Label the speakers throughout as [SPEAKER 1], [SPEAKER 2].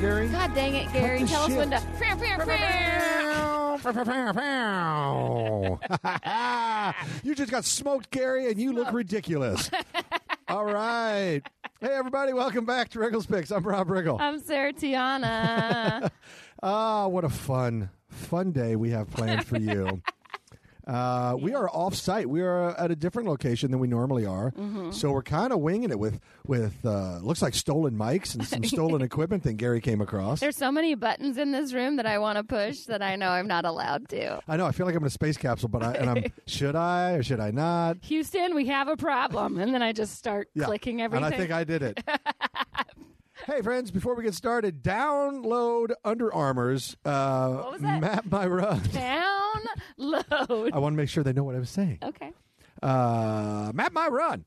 [SPEAKER 1] Gary.
[SPEAKER 2] God dang it, Gary.
[SPEAKER 1] the
[SPEAKER 2] Tell us
[SPEAKER 1] shit.
[SPEAKER 2] when to. Pew, pew, pew.
[SPEAKER 1] you just got smoked, Gary, and you look ridiculous. All right. Hey, everybody, welcome back to Riggles Picks. I'm Rob Riggle.
[SPEAKER 2] I'm Sarah Tiana.
[SPEAKER 1] Ah, what a fun, fun day we have planned for you. Uh, We are off site. We are at a different location than we normally are. So we're kind of winging it with, with uh, looks like stolen mics and some stolen equipment thing Gary came across.
[SPEAKER 2] There's so many buttons in this room that I want to push that I know I'm not allowed to.
[SPEAKER 1] I know. I feel like I'm in a space capsule, but I and I'm should I or should I not?
[SPEAKER 2] Houston, we have a problem. And then I just start
[SPEAKER 1] Yeah.
[SPEAKER 2] clicking everything.
[SPEAKER 1] And I think I did it. hey, friends, before we get started, download Under Armour's uh,
[SPEAKER 2] was that?
[SPEAKER 1] Map My Run.
[SPEAKER 2] Down, load.
[SPEAKER 1] I want to make sure they know what I was saying.
[SPEAKER 2] Okay.
[SPEAKER 1] Uh, Map My Run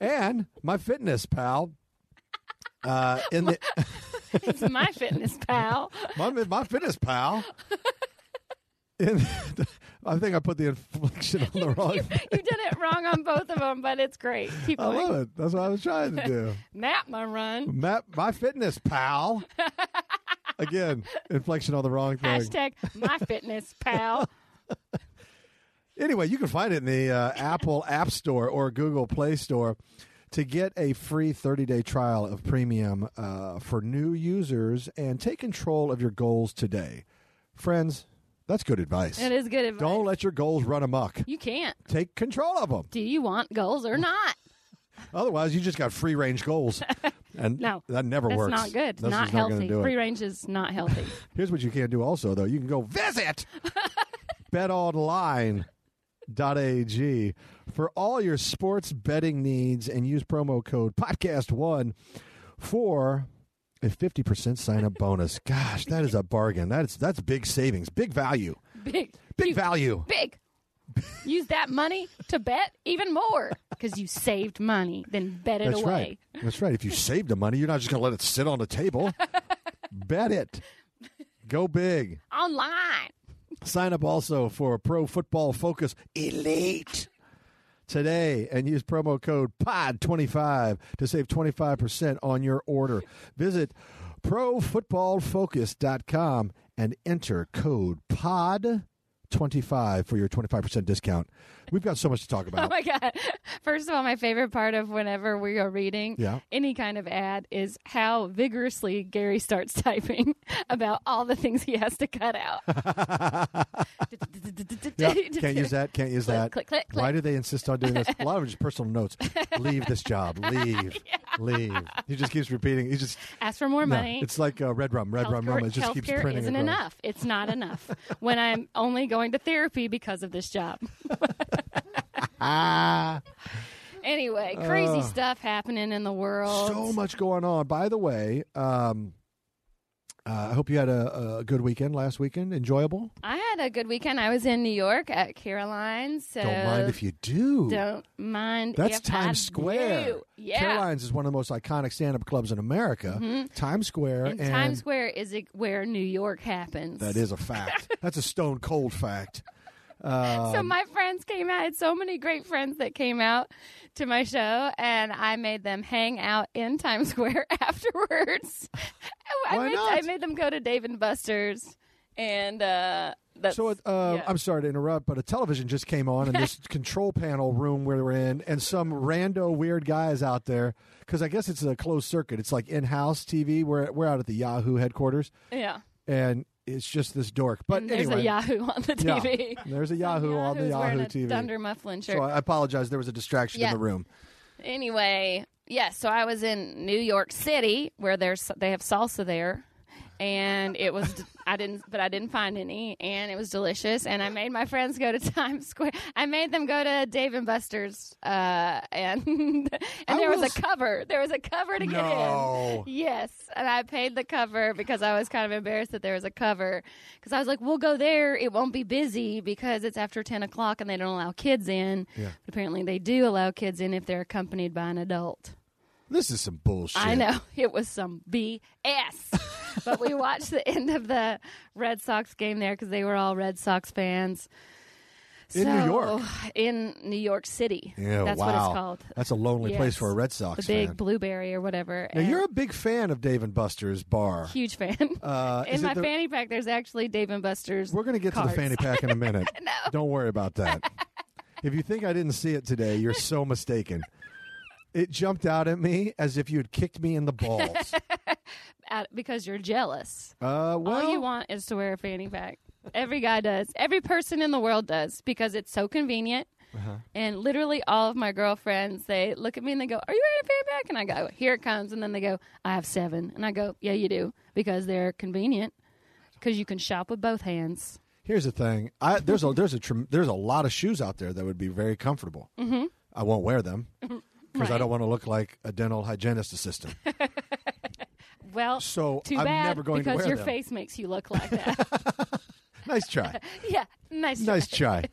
[SPEAKER 1] and My Fitness Pal. Uh, in the
[SPEAKER 2] It's my fitness pal.
[SPEAKER 1] my, my fitness pal. In I think I put the inflection on the wrong.
[SPEAKER 2] You did it wrong on both of them, but it's great. Keep
[SPEAKER 1] I
[SPEAKER 2] going.
[SPEAKER 1] love it. That's what I was trying to do.
[SPEAKER 2] Map my run.
[SPEAKER 1] Map my fitness pal. Again, inflection on the wrong thing.
[SPEAKER 2] Hashtag my fitness pal.
[SPEAKER 1] Anyway, you can find it in the uh, Apple App Store or Google Play Store to get a free 30-day trial of Premium uh, for new users and take control of your goals today. Friends, that's good advice.
[SPEAKER 2] It is good advice.
[SPEAKER 1] Don't let your goals run amok.
[SPEAKER 2] You can't.
[SPEAKER 1] Take control of them.
[SPEAKER 2] Do you want goals or not?
[SPEAKER 1] Otherwise, you just got free-range goals, and
[SPEAKER 2] No,
[SPEAKER 1] that never
[SPEAKER 2] That's
[SPEAKER 1] works.
[SPEAKER 2] not good.
[SPEAKER 1] That's
[SPEAKER 2] not
[SPEAKER 1] just not gonna
[SPEAKER 2] healthy.
[SPEAKER 1] do it.
[SPEAKER 2] Free range is not healthy.
[SPEAKER 1] Here's what you can do also, though. You can go visit betonline.ag for all your sports betting needs and use promo code podcast1 for a 50% sign up bonus. Gosh, that is a bargain. That's that's big savings, big value.
[SPEAKER 2] big,
[SPEAKER 1] Big
[SPEAKER 2] you-
[SPEAKER 1] value.
[SPEAKER 2] big. Use that money to bet even more because you saved money, then bet it
[SPEAKER 1] That's
[SPEAKER 2] away.
[SPEAKER 1] right. That's right. If you save the money, you're not just going to let it sit on the table. Bet it. Go big.
[SPEAKER 2] Online.
[SPEAKER 1] Sign up also for Pro Football Focus Elite today and use promo code POD25 to save 25% on your order. Visit profootballfocus.com and enter code POD25 for your 25% discount. We've got so much to talk
[SPEAKER 2] Oh
[SPEAKER 1] about.
[SPEAKER 2] my God. First of all, my favorite part of whenever we are reading
[SPEAKER 1] Yeah.
[SPEAKER 2] any kind of ad is how vigorously Gary starts typing about all the things he has to cut out.
[SPEAKER 1] Yeah, can't use that. Can't use
[SPEAKER 2] Click,
[SPEAKER 1] that.
[SPEAKER 2] click, click, click.
[SPEAKER 1] Why do they insist on doing this? A lot of just personal notes. Leave this job. Leave. Leave. He just keeps repeating. He just
[SPEAKER 2] Ask for more
[SPEAKER 1] No,
[SPEAKER 2] money.
[SPEAKER 1] it's like uh, red rum, red rum,
[SPEAKER 2] Healthcare-
[SPEAKER 1] rum. It just keeps
[SPEAKER 2] healthcare
[SPEAKER 1] printing.
[SPEAKER 2] isn't
[SPEAKER 1] across.
[SPEAKER 2] enough. It's not enough when I'm only going to therapy because of this job.
[SPEAKER 1] Ah,
[SPEAKER 2] Anyway, crazy
[SPEAKER 1] Ugh.
[SPEAKER 2] stuff happening in the world.
[SPEAKER 1] so much going on. By the way, um, uh, I hope you had a, a good weekend last weekend. Enjoyable.
[SPEAKER 2] I had a good weekend. I was in New York at Caroline's. So
[SPEAKER 1] don't mind if you do.
[SPEAKER 2] Uh, Don't mind
[SPEAKER 1] That's
[SPEAKER 2] if I
[SPEAKER 1] Times Square.
[SPEAKER 2] do. Yeah. Mm-hmm.
[SPEAKER 1] Caroline's is one of the most iconic stand-up clubs in America. Times Square,
[SPEAKER 2] and Times Square is it where New York happens.
[SPEAKER 1] that is a fact. That's a stone cold fact.
[SPEAKER 2] So
[SPEAKER 1] Um,
[SPEAKER 2] my friends came out. I had so many great friends that came out to my show, and I made them hang out in Times Square afterwards. I,
[SPEAKER 1] Why
[SPEAKER 2] made,
[SPEAKER 1] not?
[SPEAKER 2] I made them go to Dave and Buster's, and uh, that's
[SPEAKER 1] So, uh,
[SPEAKER 2] yeah.
[SPEAKER 1] I'm sorry to interrupt, but a television just came on in this control panel room where we're in, and some rando weird guy is out there because I guess it's a closed circuit. It's like in-house TV. We're we're out at the Yahoo headquarters,
[SPEAKER 2] yeah.
[SPEAKER 1] and it's just this dork. But
[SPEAKER 2] And
[SPEAKER 1] anyway,
[SPEAKER 2] there's a Yahoo on the
[SPEAKER 1] Yeah.
[SPEAKER 2] TV.
[SPEAKER 1] there's a Yahoo on the
[SPEAKER 2] Yahoo's wearing
[SPEAKER 1] Yahoo
[SPEAKER 2] a
[SPEAKER 1] TV.
[SPEAKER 2] Dunder Mifflin shirt.
[SPEAKER 1] So I apologize. There was a distraction
[SPEAKER 2] Yeah.
[SPEAKER 1] in the room.
[SPEAKER 2] anyway, yes. so I was in New York City where there's they have salsa there, and it was I didn't but I didn't find any and it was delicious and I made my friends go to Times Square. I made them go to Dave and Buster's uh, and and
[SPEAKER 1] I
[SPEAKER 2] there was,
[SPEAKER 1] was-
[SPEAKER 2] a cover. There was a cover to get
[SPEAKER 1] No.
[SPEAKER 2] in. Yes, and I paid the cover because I was kind of embarrassed that there was a cover because I was like, we'll go there. It won't be busy because it's after ten o'clock and they don't allow kids in.
[SPEAKER 1] Yeah.
[SPEAKER 2] But apparently they do allow kids in if they're accompanied by an adult.
[SPEAKER 1] This is some bullshit.
[SPEAKER 2] I know it was some BS, but we watched the end of the Red Sox game there because they were all Red Sox fans.
[SPEAKER 1] In New
[SPEAKER 2] So-
[SPEAKER 1] York.
[SPEAKER 2] in New York City.
[SPEAKER 1] Yeah,
[SPEAKER 2] that's
[SPEAKER 1] wow.
[SPEAKER 2] what it's called.
[SPEAKER 1] That's a lonely place
[SPEAKER 2] Yes.
[SPEAKER 1] for a Red Sox
[SPEAKER 2] the big
[SPEAKER 1] fan.
[SPEAKER 2] blueberry or whatever.
[SPEAKER 1] Now
[SPEAKER 2] and
[SPEAKER 1] you're a big fan of Dave and Buster's bar.
[SPEAKER 2] huge fan.
[SPEAKER 1] Uh, is
[SPEAKER 2] in
[SPEAKER 1] it
[SPEAKER 2] my
[SPEAKER 1] the-
[SPEAKER 2] fanny pack, there's actually Dave and Buster's.
[SPEAKER 1] We're going to get to
[SPEAKER 2] cards.
[SPEAKER 1] the fanny pack in a minute.
[SPEAKER 2] No.
[SPEAKER 1] Don't worry about that. if you think I didn't see it today, you're so mistaken. It jumped out at me as if you had kicked me in the balls.
[SPEAKER 2] At- because you're jealous.
[SPEAKER 1] Uh, well,
[SPEAKER 2] All you want is to wear a fanny pack. Every guy does. Every person in the world does because it's so convenient.
[SPEAKER 1] Uh-huh.
[SPEAKER 2] And literally all of my girlfriends, they look at me and they go, "Are you wearing a fanny pack?" And I go, "Here it comes." And then they go, "I have seven. And I go, "Yeah, you do because they're convenient because you can shop with both hands."
[SPEAKER 1] here's the thing. I, there's a there's a trem- there's a lot of shoes out there that would be very comfortable. Mm-hmm. I won't wear them because I
[SPEAKER 2] Right.
[SPEAKER 1] don't want to look like a dental hygienist assistant.
[SPEAKER 2] Well,
[SPEAKER 1] So
[SPEAKER 2] too
[SPEAKER 1] I'm
[SPEAKER 2] bad
[SPEAKER 1] never going to
[SPEAKER 2] because
[SPEAKER 1] wear
[SPEAKER 2] your
[SPEAKER 1] them.
[SPEAKER 2] face makes you look like that.
[SPEAKER 1] nice try.
[SPEAKER 2] yeah, nice. try.
[SPEAKER 1] Nice try.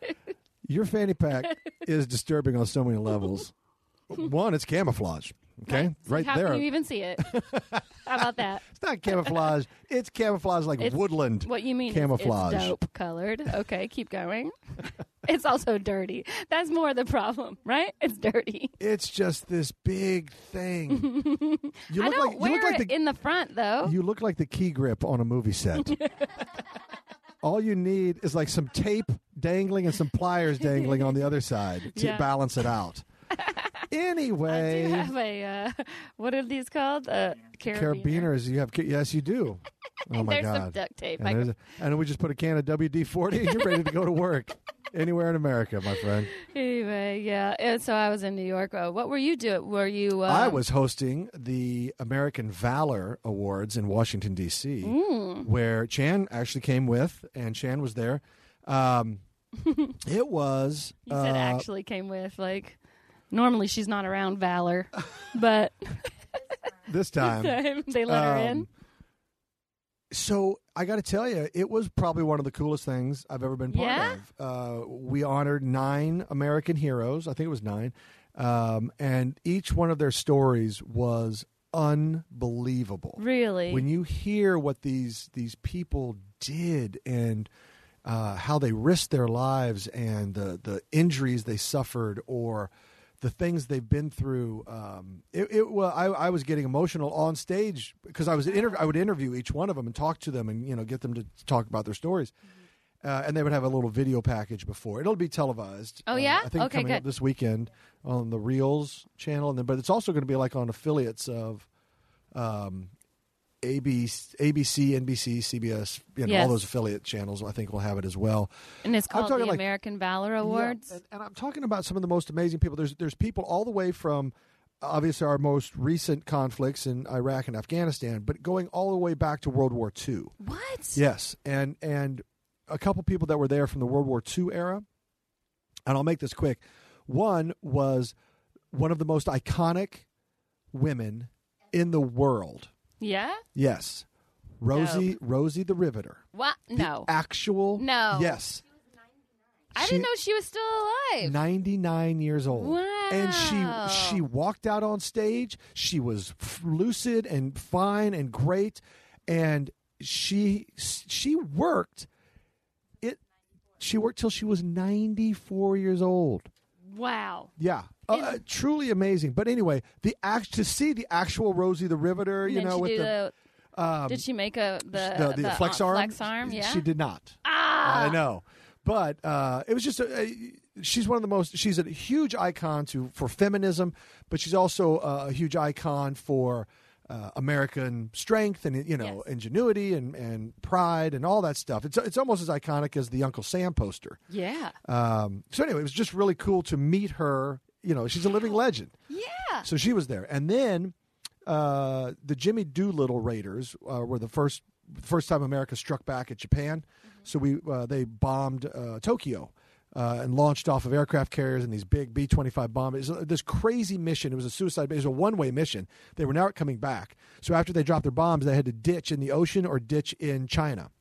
[SPEAKER 1] Your fanny pack is disturbing on so many levels. One, it's camouflage. Okay, right,
[SPEAKER 2] How
[SPEAKER 1] there.
[SPEAKER 2] can you even see it? How about that?
[SPEAKER 1] It's not camouflage. it's camouflage like
[SPEAKER 2] It's-
[SPEAKER 1] woodland.
[SPEAKER 2] What you mean? is
[SPEAKER 1] Camouflage.
[SPEAKER 2] It's dope colored. Okay, keep going. it's also dirty. That's more the problem, right? It's dirty.
[SPEAKER 1] It's just this big thing. you
[SPEAKER 2] I
[SPEAKER 1] look
[SPEAKER 2] don't
[SPEAKER 1] like
[SPEAKER 2] wear
[SPEAKER 1] you look like
[SPEAKER 2] it
[SPEAKER 1] the
[SPEAKER 2] in the front though.
[SPEAKER 1] you look like the key grip on a movie set. All you need is like some tape dangling and some pliers dangling on the other side to
[SPEAKER 2] Yeah.
[SPEAKER 1] balance it out.
[SPEAKER 2] I do
[SPEAKER 1] Anyway,
[SPEAKER 2] have a uh, what are these called? Uh, carabiner.
[SPEAKER 1] carabiners. You have ca- yes, you do. Oh my
[SPEAKER 2] there's
[SPEAKER 1] god!
[SPEAKER 2] some duct tape.
[SPEAKER 1] and,
[SPEAKER 2] I
[SPEAKER 1] there's a- and we just put a can of WD forty, and you're ready to go to work anywhere in America, my friend.
[SPEAKER 2] Anyway, yeah. And so I was in New York. Uh, what were you doing? Were you? Uh,
[SPEAKER 1] I was hosting the American Valor Awards in Washington D.C.,
[SPEAKER 2] Mm. Hmm.
[SPEAKER 1] where Chan actually came with, and Chan was there. Um, it was
[SPEAKER 2] You said
[SPEAKER 1] uh,
[SPEAKER 2] actually came with like. Normally she's not around Valor, but
[SPEAKER 1] this time.
[SPEAKER 2] they let her in.
[SPEAKER 1] Um, So I got to tell you, it was probably one of the coolest things I've ever been part
[SPEAKER 2] Yeah?
[SPEAKER 1] of. Uh, we honored nine American heroes. I think it was nine, um, and each one of their stories was unbelievable.
[SPEAKER 2] Really?
[SPEAKER 1] when you hear what these these people did and uh, how they risked their lives and the the injuries they suffered or the things they've been through, um, it, it well, I, I was getting emotional on stage because I was inter- I would interview each one of them and talk to them and you know get them to talk about their stories.
[SPEAKER 2] Mm-hmm.
[SPEAKER 1] Uh, and they would have a little video package before. It'll be televised.
[SPEAKER 2] Oh,
[SPEAKER 1] Uh,
[SPEAKER 2] yeah?
[SPEAKER 1] I think
[SPEAKER 2] Okay,
[SPEAKER 1] coming up
[SPEAKER 2] good.
[SPEAKER 1] this weekend on the Reels channel, and then but it's also going to be like on affiliates of um, ABC, ABC, NBC, CBS, you know, all
[SPEAKER 2] Yes.
[SPEAKER 1] those affiliate channels. I think will have it as well.
[SPEAKER 2] And it's
[SPEAKER 1] I'm
[SPEAKER 2] called the
[SPEAKER 1] talking like-
[SPEAKER 2] American Valor Awards.
[SPEAKER 1] Yeah, and, and I'm talking about some of the most amazing people. There's there's people all the way from obviously our most recent conflicts in Iraq and Afghanistan, but going all the way back to World War II.
[SPEAKER 2] What?
[SPEAKER 1] Yes, and and a couple people that were there from the World War II era, and I'll make this quick. One was one of the most iconic women in the world.
[SPEAKER 2] Yeah?
[SPEAKER 1] Yes, Rosie Rosie the Riveter.
[SPEAKER 2] What? No.
[SPEAKER 1] The actual
[SPEAKER 2] No.
[SPEAKER 1] Yes,
[SPEAKER 2] I
[SPEAKER 1] she-
[SPEAKER 2] didn't know she was still alive.
[SPEAKER 1] ninety nine years old, and
[SPEAKER 2] Wow.
[SPEAKER 1] she she walked out on stage. She was f- lucid and fine and great, and she she worked it. She worked till she was ninety four years old.
[SPEAKER 2] Wow.
[SPEAKER 1] Yeah. Uh, uh, truly amazing, but anyway, the act to see the actual Rosie the Riveter,
[SPEAKER 2] And
[SPEAKER 1] you
[SPEAKER 2] then
[SPEAKER 1] know,
[SPEAKER 2] she
[SPEAKER 1] with
[SPEAKER 2] did,
[SPEAKER 1] the, um,
[SPEAKER 2] a- did she make a the,
[SPEAKER 1] the, the flex
[SPEAKER 2] uh,
[SPEAKER 1] arm,
[SPEAKER 2] Flex arm, yeah.
[SPEAKER 1] she did not.
[SPEAKER 2] Ah!
[SPEAKER 1] I know. But uh, it was just a, a- she's one of the most she's a huge icon to for feminism, but she's also uh, a huge icon for uh, American strength and you know
[SPEAKER 2] Yes.
[SPEAKER 1] ingenuity and, and pride and all that stuff. It's it's almost as iconic as the Uncle Sam poster.
[SPEAKER 2] Yeah.
[SPEAKER 1] Um, so anyway, it was just really cool to meet her. You know, she's a living legend.
[SPEAKER 2] Yeah.
[SPEAKER 1] So she was there, and then uh, the Jimmy Doolittle Raiders uh, were the first first time America struck back at Japan.
[SPEAKER 2] Mm-hmm.
[SPEAKER 1] So we uh, they bombed uh, Tokyo uh, and launched off of aircraft carriers and these big B twenty five bombers. It was uh, This crazy mission. It was a suicide. It was a one way mission. They were now coming back. So after they dropped their bombs, they had to ditch in the ocean or ditch in China.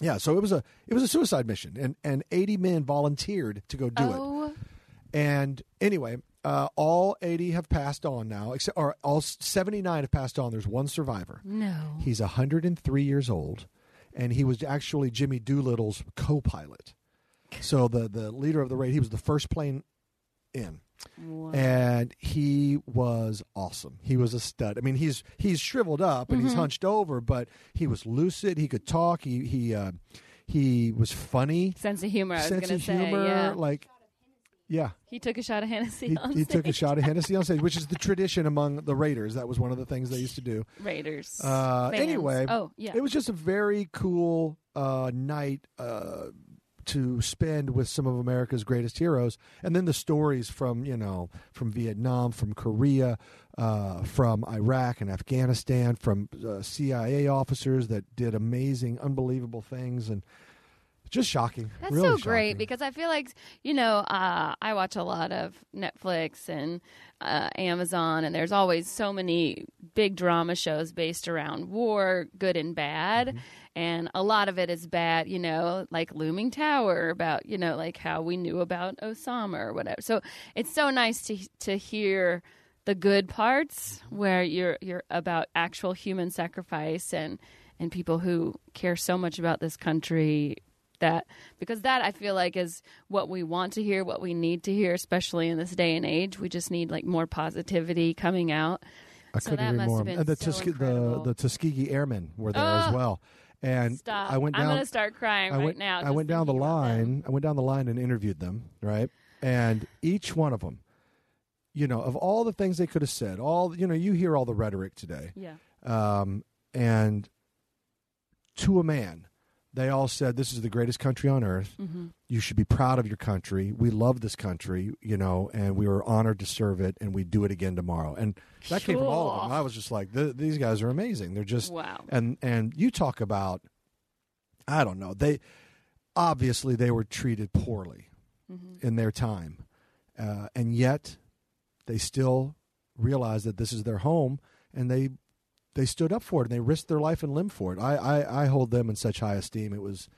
[SPEAKER 1] yeah. So it was a it was a suicide mission, and and eighty men volunteered to go do it.
[SPEAKER 2] oh,
[SPEAKER 1] And anyway, uh, all 80 have passed on now, except or all 79 have passed on. There's one survivor.
[SPEAKER 2] no.
[SPEAKER 1] He's 103 years old, and he was actually Jimmy Doolittle's co-pilot. So the the leader of the raid, he was the first plane in,
[SPEAKER 2] Wow.
[SPEAKER 1] and he was awesome. He was a stud. I mean, he's he's shriveled up and
[SPEAKER 2] Mm-hmm.
[SPEAKER 1] he's hunched over, but he was lucid. He could talk. He he uh, he was funny.
[SPEAKER 2] Sense of humor, I was
[SPEAKER 1] sense
[SPEAKER 2] going
[SPEAKER 1] of
[SPEAKER 2] to say.
[SPEAKER 1] humor,
[SPEAKER 2] Yeah.
[SPEAKER 1] like yeah.
[SPEAKER 2] He took a shot of Hennessy
[SPEAKER 1] He,
[SPEAKER 2] on
[SPEAKER 1] he took a
[SPEAKER 2] stage.
[SPEAKER 1] shot of Hennessy on stage, which is the tradition among the Raiders. That was one of the things they used to do.
[SPEAKER 2] Raiders.
[SPEAKER 1] Uh,
[SPEAKER 2] fans.
[SPEAKER 1] anyway,
[SPEAKER 2] Oh, yeah.
[SPEAKER 1] It was just a very cool uh, night uh, to spend with some of America's greatest heroes, and then the stories from you know from Vietnam, from Korea, uh, from Iraq and Afghanistan, from uh, CIA officers that did amazing, unbelievable things, and just shocking.
[SPEAKER 2] That's so
[SPEAKER 1] really
[SPEAKER 2] great
[SPEAKER 1] shocking.
[SPEAKER 2] because I feel like you know uh, I watch a lot of Netflix and uh, Amazon, and there's always so many big drama shows based around war, good and bad,
[SPEAKER 1] Mm-hmm.
[SPEAKER 2] and a lot of it is bad. You know, like Looming Tower about you know like how we knew about Osama or whatever. So it's so nice to to hear the good parts where you're you're about actual human sacrifice and and people who care so much about this country that because that I feel like is what we want to hear, what we need to hear, especially in this day and age. We just need like more positivity coming out.
[SPEAKER 1] I
[SPEAKER 2] So
[SPEAKER 1] couldn't
[SPEAKER 2] that
[SPEAKER 1] agree
[SPEAKER 2] must
[SPEAKER 1] more.
[SPEAKER 2] have been
[SPEAKER 1] And the,
[SPEAKER 2] so
[SPEAKER 1] Tuske- the
[SPEAKER 2] incredible.
[SPEAKER 1] the Tuskegee Airmen were there
[SPEAKER 2] Ah!
[SPEAKER 1] as well, and
[SPEAKER 2] Stop.
[SPEAKER 1] I went
[SPEAKER 2] I'm
[SPEAKER 1] down.
[SPEAKER 2] gonna start crying
[SPEAKER 1] I
[SPEAKER 2] right
[SPEAKER 1] went,
[SPEAKER 2] now.
[SPEAKER 1] I
[SPEAKER 2] just
[SPEAKER 1] went down the
[SPEAKER 2] thinking about that.
[SPEAKER 1] line. I went down the line and interviewed them, right? And each one of them, you know, of all the things they could have said, all you know, you hear all the rhetoric today,
[SPEAKER 2] Yeah.
[SPEAKER 1] um, and to a man, they all said, "This is the greatest country on earth. You should be proud of your country. We love this country, you know, and we were honored to serve it, and we do it again tomorrow." And that came from all of them.
[SPEAKER 2] Cool.
[SPEAKER 1] I was just like, "Th- "These guys are amazing. They're just
[SPEAKER 2] Wow.
[SPEAKER 1] and and you talk about i don't know they obviously they were treated poorly in their time uh, and yet they still realized that this is their home and they they stood up for it and they risked their life and limb for it i i, I hold them in such high esteem it was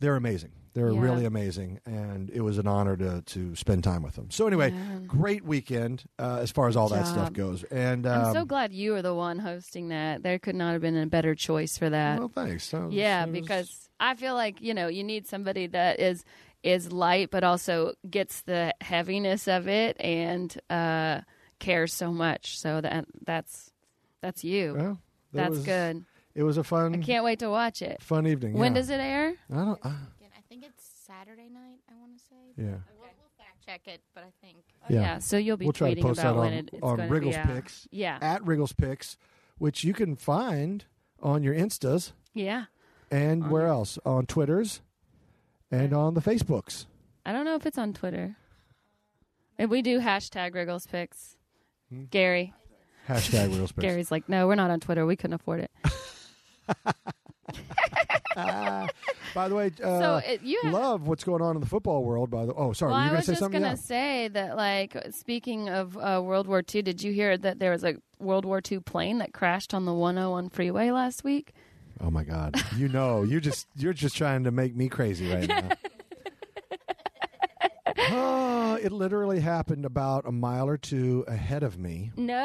[SPEAKER 1] they're amazing they're
[SPEAKER 2] Yeah.
[SPEAKER 1] really amazing and it was an honor to to spend time with them so anyway
[SPEAKER 2] Yeah.
[SPEAKER 1] great weekend uh, as far as all that stuff
[SPEAKER 2] job.
[SPEAKER 1] goes and um,
[SPEAKER 2] I'm so glad you are the one hosting that. There could not have been a better choice for that.
[SPEAKER 1] well thanks So-
[SPEAKER 2] yeah,
[SPEAKER 1] so it was-
[SPEAKER 2] because I feel like you know you need somebody that is is light, but also gets the heaviness of it and uh, cares so much. So that that's that's you.
[SPEAKER 1] Well, that
[SPEAKER 2] That's
[SPEAKER 1] was-
[SPEAKER 2] good.
[SPEAKER 1] It was a fun,
[SPEAKER 2] Can't wait to watch it.
[SPEAKER 1] fun evening.
[SPEAKER 2] When
[SPEAKER 1] Mm. yeah.
[SPEAKER 2] does it air?
[SPEAKER 1] I don't. I,
[SPEAKER 3] Again, I think it's Saturday night. I want to say.
[SPEAKER 1] yeah.
[SPEAKER 3] We'll, we'll fact check it, but I think
[SPEAKER 1] Yeah.
[SPEAKER 2] so you'll Oh, be
[SPEAKER 1] We'll try to
[SPEAKER 2] tweeting
[SPEAKER 1] post
[SPEAKER 2] about
[SPEAKER 1] that on,
[SPEAKER 2] when it, it's
[SPEAKER 1] on
[SPEAKER 2] gonna
[SPEAKER 1] Wriggles
[SPEAKER 2] be out.
[SPEAKER 1] Picks
[SPEAKER 2] Yeah,
[SPEAKER 1] at Wriggles Picks, which you can find on your Instas
[SPEAKER 2] yeah.
[SPEAKER 1] and where else on Twitters and on the Facebooks.
[SPEAKER 2] I don't know if it's on Twitter. And we do hashtag Wriggles Picks.
[SPEAKER 1] Hmm.
[SPEAKER 2] Gary,
[SPEAKER 1] Hashtag Wriggles Picks.
[SPEAKER 2] Gary's like, no, we're not on Twitter. We couldn't afford it.
[SPEAKER 1] Uh, By the way, uh,
[SPEAKER 2] so it, you have
[SPEAKER 1] love what's going on in the football world. By the oh, sorry,
[SPEAKER 2] Well,
[SPEAKER 1] were you
[SPEAKER 2] I
[SPEAKER 1] going
[SPEAKER 2] was
[SPEAKER 1] to say
[SPEAKER 2] just
[SPEAKER 1] something?
[SPEAKER 2] gonna say that, like, speaking of uh, World War II, did you hear that there was a World War II plane that crashed on the 101 freeway last week?
[SPEAKER 1] yeah. Oh my God, you know, you just you're just trying to make me crazy right now. Ah, it literally happened about a mile or two ahead of me.
[SPEAKER 2] No.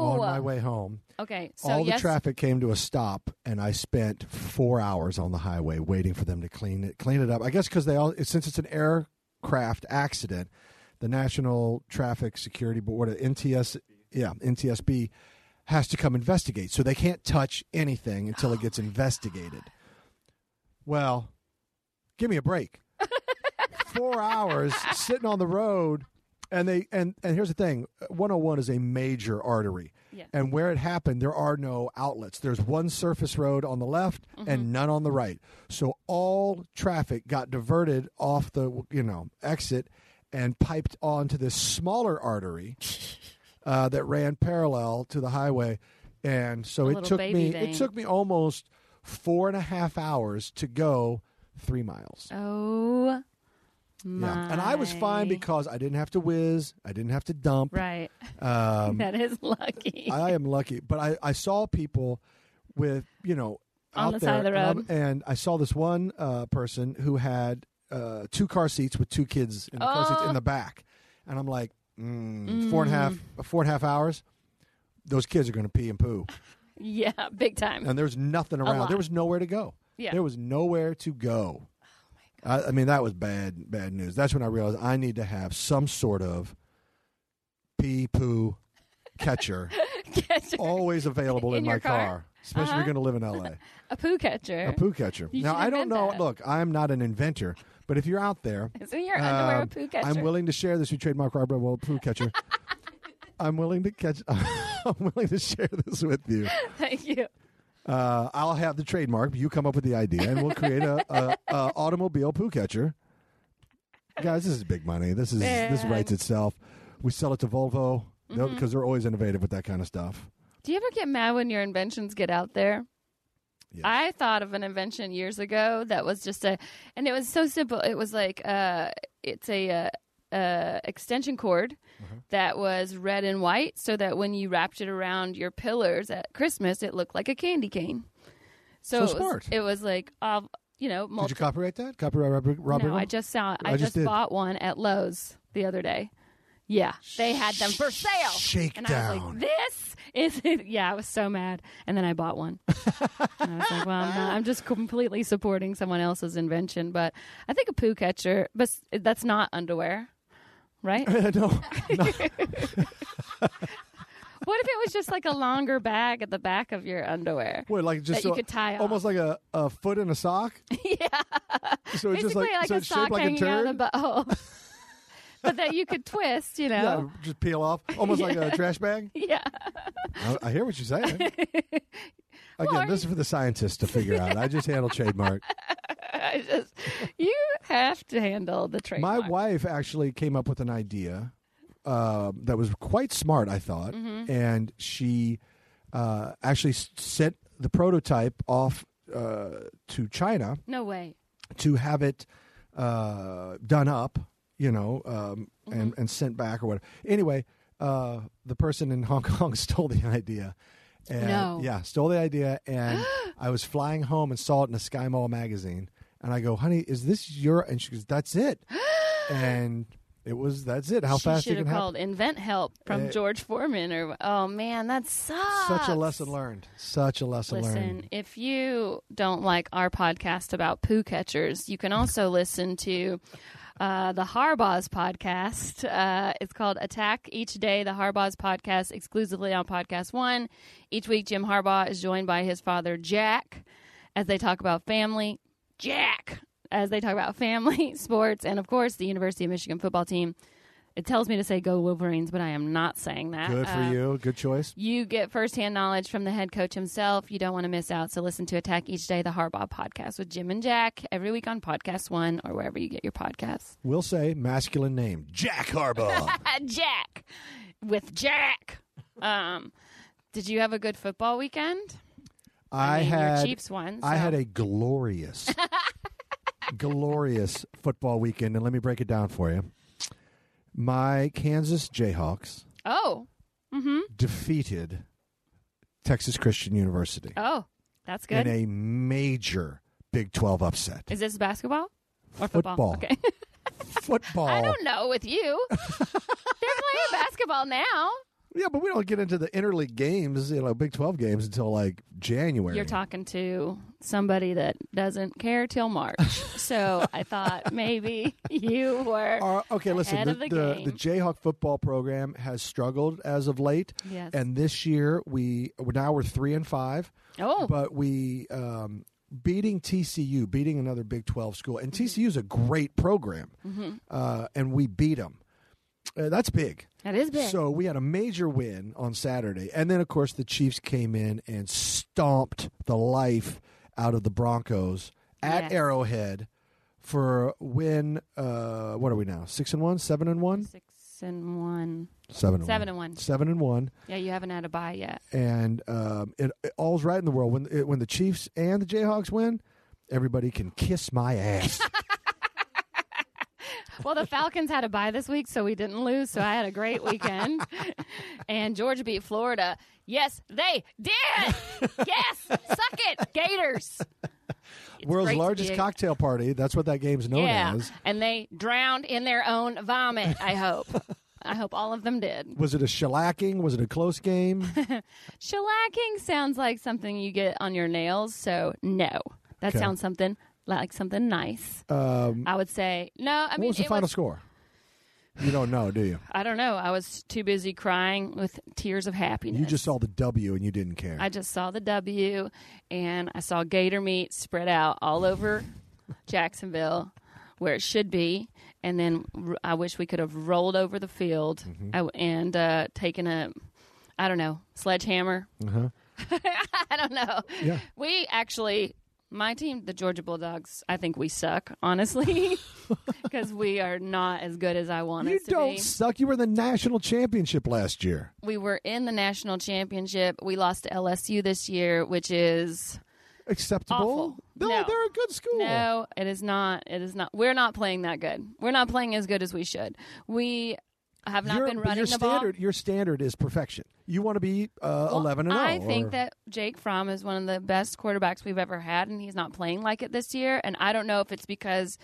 [SPEAKER 1] on my way home.
[SPEAKER 2] Okay, so
[SPEAKER 1] all the
[SPEAKER 2] yes,
[SPEAKER 1] traffic came to a stop, and I spent four hours on the highway waiting for them to clean it clean it up. I guess because they all since it's an aircraft accident, the National Traffic Security Board, NTS, yeah, NTSB, has to come investigate. So they can't touch anything until it
[SPEAKER 2] Oh
[SPEAKER 1] gets investigated. Well, give me a break. Four hours sitting on the road, and they and and here's the thing: 101 is a major artery,
[SPEAKER 2] Yeah.
[SPEAKER 1] and where it happened, there are no outlets. There's one surface road on the left
[SPEAKER 2] Mm-hmm.
[SPEAKER 1] and none on the right, so all traffic got diverted off the you know exit and piped onto this smaller artery uh, that ran parallel to the highway, and so
[SPEAKER 2] A
[SPEAKER 1] it
[SPEAKER 2] little
[SPEAKER 1] took
[SPEAKER 2] baby
[SPEAKER 1] me
[SPEAKER 2] vein.
[SPEAKER 1] it took me almost four and a half hours to go three miles.
[SPEAKER 2] Oh my.
[SPEAKER 1] Yeah. And I was fine because I didn't have to whiz, I didn't have to dump.
[SPEAKER 2] Right.
[SPEAKER 1] Um,
[SPEAKER 2] that is lucky.
[SPEAKER 1] I, I am lucky, but I, I saw people with you know
[SPEAKER 2] On
[SPEAKER 1] out
[SPEAKER 2] the
[SPEAKER 1] there,
[SPEAKER 2] side of the
[SPEAKER 1] and
[SPEAKER 2] road.
[SPEAKER 1] I'm- and I saw this one uh, person who had uh, two car seats with two kids in the car seats
[SPEAKER 2] Oh.
[SPEAKER 1] in the back, and I'm like, mm, four and a half, four and a half hours. Those kids are going to pee and poo,
[SPEAKER 2] yeah, big time.
[SPEAKER 1] and there was nothing around.
[SPEAKER 2] lot.
[SPEAKER 1] There was nowhere to go.
[SPEAKER 2] Yeah. Oh,
[SPEAKER 1] There was nowhere to go. I, I mean, that was bad, bad news. That's when I realized I need to have some sort of pee poo catcher
[SPEAKER 2] catcher.
[SPEAKER 1] always available in,
[SPEAKER 2] In
[SPEAKER 1] my
[SPEAKER 2] your
[SPEAKER 1] car,
[SPEAKER 2] car?
[SPEAKER 1] especially if you're going to live in LA.
[SPEAKER 2] A poo catcher.
[SPEAKER 1] A poo catcher.
[SPEAKER 2] You
[SPEAKER 1] now
[SPEAKER 2] should
[SPEAKER 1] I don't
[SPEAKER 2] invent
[SPEAKER 1] know.
[SPEAKER 2] that.
[SPEAKER 1] Look, I'm not an inventor, but if you're out there,
[SPEAKER 2] Isn't your underwear a
[SPEAKER 1] um,
[SPEAKER 2] poo catcher?
[SPEAKER 1] I'm willing to share this. We trademark our brand, well, poo catcher. I'm willing to catch. I'm willing to share this with you.
[SPEAKER 2] Thank you.
[SPEAKER 1] Uh, I'll have the trademark. You come up with the idea, and we'll create a, a, a automobile poo catcher. Guys, this is big money. This is this
[SPEAKER 2] Man.
[SPEAKER 1] writes itself. We sell it to Volvo because
[SPEAKER 2] Mm-hmm.
[SPEAKER 1] they're always innovative with that kind of stuff.
[SPEAKER 2] Do you ever get mad when your inventions get out there?
[SPEAKER 1] Yes.
[SPEAKER 2] I thought of an invention years ago that was just a, and it was so simple. It was like uh, it's a uh, uh, extension cord
[SPEAKER 1] Uh-huh.
[SPEAKER 2] that was red and white, so that when you wrapped it around your pillars at Christmas, it looked like a candy cane. So,
[SPEAKER 1] So
[SPEAKER 2] it was,
[SPEAKER 1] smart.
[SPEAKER 2] It was like, uh, you know,
[SPEAKER 1] Did
[SPEAKER 2] multi-
[SPEAKER 1] you copyright that? Copyright Robert? Robert
[SPEAKER 2] no, I just saw. I,
[SPEAKER 1] I just
[SPEAKER 2] just,
[SPEAKER 1] did.
[SPEAKER 2] bought one at Lowe's the other day. Yeah, they had them for sale. and I was
[SPEAKER 1] Shakedown.
[SPEAKER 2] like, "This is it." Yeah, I was so mad, and then I bought one. and I was like, "Well, I'm, not, I'm just completely supporting someone else's invention." But I think a poo catcher, but s- that's not underwear, right?
[SPEAKER 1] no,
[SPEAKER 2] what if it was just like a longer bag at the back of your underwear?
[SPEAKER 1] What, like just
[SPEAKER 2] That you
[SPEAKER 1] so-
[SPEAKER 2] could tie
[SPEAKER 1] almost like a, a foot in a sock. yeah. So it's just
[SPEAKER 2] Basically,
[SPEAKER 1] like,
[SPEAKER 2] like,
[SPEAKER 1] so
[SPEAKER 2] a
[SPEAKER 1] it's
[SPEAKER 2] sock
[SPEAKER 1] shaped like a
[SPEAKER 2] hanging
[SPEAKER 1] turd.
[SPEAKER 2] out of the butthole, but that you could twist. You
[SPEAKER 1] yeah,
[SPEAKER 2] know,
[SPEAKER 1] just peel off, almost like a trash bag.
[SPEAKER 2] yeah.
[SPEAKER 1] I, I hear what you're saying.
[SPEAKER 2] are
[SPEAKER 1] Again, this is for the scientists to figure out. I just handle trademark.
[SPEAKER 2] I just you have to handle the
[SPEAKER 1] My
[SPEAKER 2] trademark.
[SPEAKER 1] wife actually came up with an idea uh, that was quite smart, I thought, and she uh, actually s- sent the prototype off uh, to China.
[SPEAKER 2] no way.
[SPEAKER 1] to have it uh, done up, you know, um, and,
[SPEAKER 2] Mm-hmm.
[SPEAKER 1] and sent back or whatever. Anyway, uh, the person in Hong Kong stole the idea. And,
[SPEAKER 2] No.
[SPEAKER 1] Yeah, stole the idea. And I was flying home and saw it in a Sky Mall magazine. And I go, honey, is this your? And she goes, that's it. and it was, that's it. How
[SPEAKER 2] she
[SPEAKER 1] fast it
[SPEAKER 2] should have
[SPEAKER 1] can happen.
[SPEAKER 2] called invent help from
[SPEAKER 1] Eh.
[SPEAKER 2] George Foreman or oh man, that sucks.
[SPEAKER 1] Such a lesson learned. Such a lesson
[SPEAKER 2] Listen,
[SPEAKER 1] learned.
[SPEAKER 2] if you don't like our podcast about poo catchers, you can also listen to uh, the Harbaugh's podcast. Uh, it's called Attack Each Day, the Harbaugh's podcast, exclusively on Podcast One. Each week, Jim Harbaugh is joined by his father, Jack, as they talk about family. Jack! As they talk about family, sports, and of course, the University of Michigan football team. It tells me to say go Wolverines, but I am not saying that.
[SPEAKER 1] Good for
[SPEAKER 2] Uh,
[SPEAKER 1] you. Good choice.
[SPEAKER 2] you get firsthand knowledge from the head coach himself. You don't want to miss out. So listen to Attack Each Day, the Harbaugh podcast with Jim and Jack every week on Podcast One or wherever you get your podcasts.
[SPEAKER 1] We'll say masculine name Jack Harbaugh.
[SPEAKER 2] Ah, Jack with Jack. Um, did you have a good football weekend?
[SPEAKER 1] I,
[SPEAKER 2] mean, your
[SPEAKER 1] had
[SPEAKER 2] Chiefs won,
[SPEAKER 1] I
[SPEAKER 2] so-
[SPEAKER 1] had a glorious, glorious football weekend, and let me break it down for you. My Kansas Jayhawks
[SPEAKER 2] Oh,
[SPEAKER 1] defeated Texas Christian University
[SPEAKER 2] oh, that's
[SPEAKER 1] in
[SPEAKER 2] good.
[SPEAKER 1] a major Big Twelve upset.
[SPEAKER 2] Is this basketball or football?
[SPEAKER 1] Football.
[SPEAKER 2] Okay,
[SPEAKER 1] Football,
[SPEAKER 2] I don't know with you. They're playing basketball now.
[SPEAKER 1] yeah, but we don't get into the interleague games, you know, Big Twelve games until like January.
[SPEAKER 2] You're talking to somebody that doesn't care till March. so I thought maybe you were.
[SPEAKER 1] Uh, okay, listen.
[SPEAKER 2] ahead
[SPEAKER 1] The,
[SPEAKER 2] of the
[SPEAKER 1] the,
[SPEAKER 2] game.
[SPEAKER 1] the Jayhawk football program has struggled as of late,
[SPEAKER 2] Yes.
[SPEAKER 1] and this year we well, now we're three and five.
[SPEAKER 2] Oh.
[SPEAKER 1] but we um, beating TCU, beating another Big Twelve school,
[SPEAKER 2] Mm-hmm.
[SPEAKER 1] and TCU is a great program, uh, and we beat them. Uh, that's big.
[SPEAKER 2] that is big.
[SPEAKER 1] So we had a major win on Saturday, and then of course the Chiefs came in and stomped the life out of the Broncos at
[SPEAKER 2] Yes.
[SPEAKER 1] Arrowhead for a win. Uh, what are we now? Six and one, seven and one,
[SPEAKER 2] Six, six and one.
[SPEAKER 1] Seven and
[SPEAKER 2] Seven
[SPEAKER 1] one.
[SPEAKER 2] and one.
[SPEAKER 1] Seven and one.
[SPEAKER 2] Yeah, you haven't had a buy yet.
[SPEAKER 1] and um, it, it- all's right in the world. When it, when the Chiefs and the Jayhawks win, everybody can kiss my ass.
[SPEAKER 2] Well, the Falcons had a bye this week, so we didn't lose. So I had a great weekend. and Georgia beat Florida. Yes, they did. Yes, suck it, Gators. It's
[SPEAKER 1] World's
[SPEAKER 2] great to
[SPEAKER 1] largest
[SPEAKER 2] be a-
[SPEAKER 1] cocktail party. That's what that game's known
[SPEAKER 2] Yeah,
[SPEAKER 1] as.
[SPEAKER 2] and they drowned in their own vomit. I hope. I hope all of them did.
[SPEAKER 1] Was it a shellacking? Was it a close game?
[SPEAKER 2] Shellacking sounds like something you get on your nails, so no, that
[SPEAKER 1] Okay.
[SPEAKER 2] sounds something like something nice.
[SPEAKER 1] Um,
[SPEAKER 2] I would say no. I
[SPEAKER 1] what
[SPEAKER 2] mean,
[SPEAKER 1] was the
[SPEAKER 2] it
[SPEAKER 1] final score? You don't know, do you?
[SPEAKER 2] I don't know. I was too busy crying with tears of happiness.
[SPEAKER 1] You just saw the W and you didn't care.
[SPEAKER 2] I just saw the W and I saw gator meat spread out all over Jacksonville where it should be. And then r- I wish we could have rolled over the field
[SPEAKER 1] Mm-hmm.
[SPEAKER 2] I w- and uh, taken a, I don't know, sledgehammer.
[SPEAKER 1] Uh-huh.
[SPEAKER 2] I don't know.
[SPEAKER 1] Yeah.
[SPEAKER 2] We actually, my team, the Georgia Bulldogs, I think we suck, honestly, because we are not as good as I want
[SPEAKER 1] You
[SPEAKER 2] us to
[SPEAKER 1] don't
[SPEAKER 2] be.
[SPEAKER 1] suck. You were in the national championship last year.
[SPEAKER 2] We were in the national championship. We lost to LSU this year, which is.
[SPEAKER 1] Acceptable?
[SPEAKER 2] Awful.
[SPEAKER 1] No,
[SPEAKER 2] No.
[SPEAKER 1] they're a good school.
[SPEAKER 2] No, it is not. It is not. We're not playing that good. We're not playing as good as we should. We have not
[SPEAKER 1] Your-
[SPEAKER 2] been
[SPEAKER 1] but
[SPEAKER 2] running
[SPEAKER 1] your
[SPEAKER 2] the
[SPEAKER 1] standard,
[SPEAKER 2] ball.
[SPEAKER 1] Your standard is perfection. You want to be uh,
[SPEAKER 2] Well,
[SPEAKER 1] eleven and zero.
[SPEAKER 2] I think
[SPEAKER 1] or-
[SPEAKER 2] that Jake Fromm is one of the best quarterbacks we've ever had, and he's not playing like it this year. And I don't know if it's because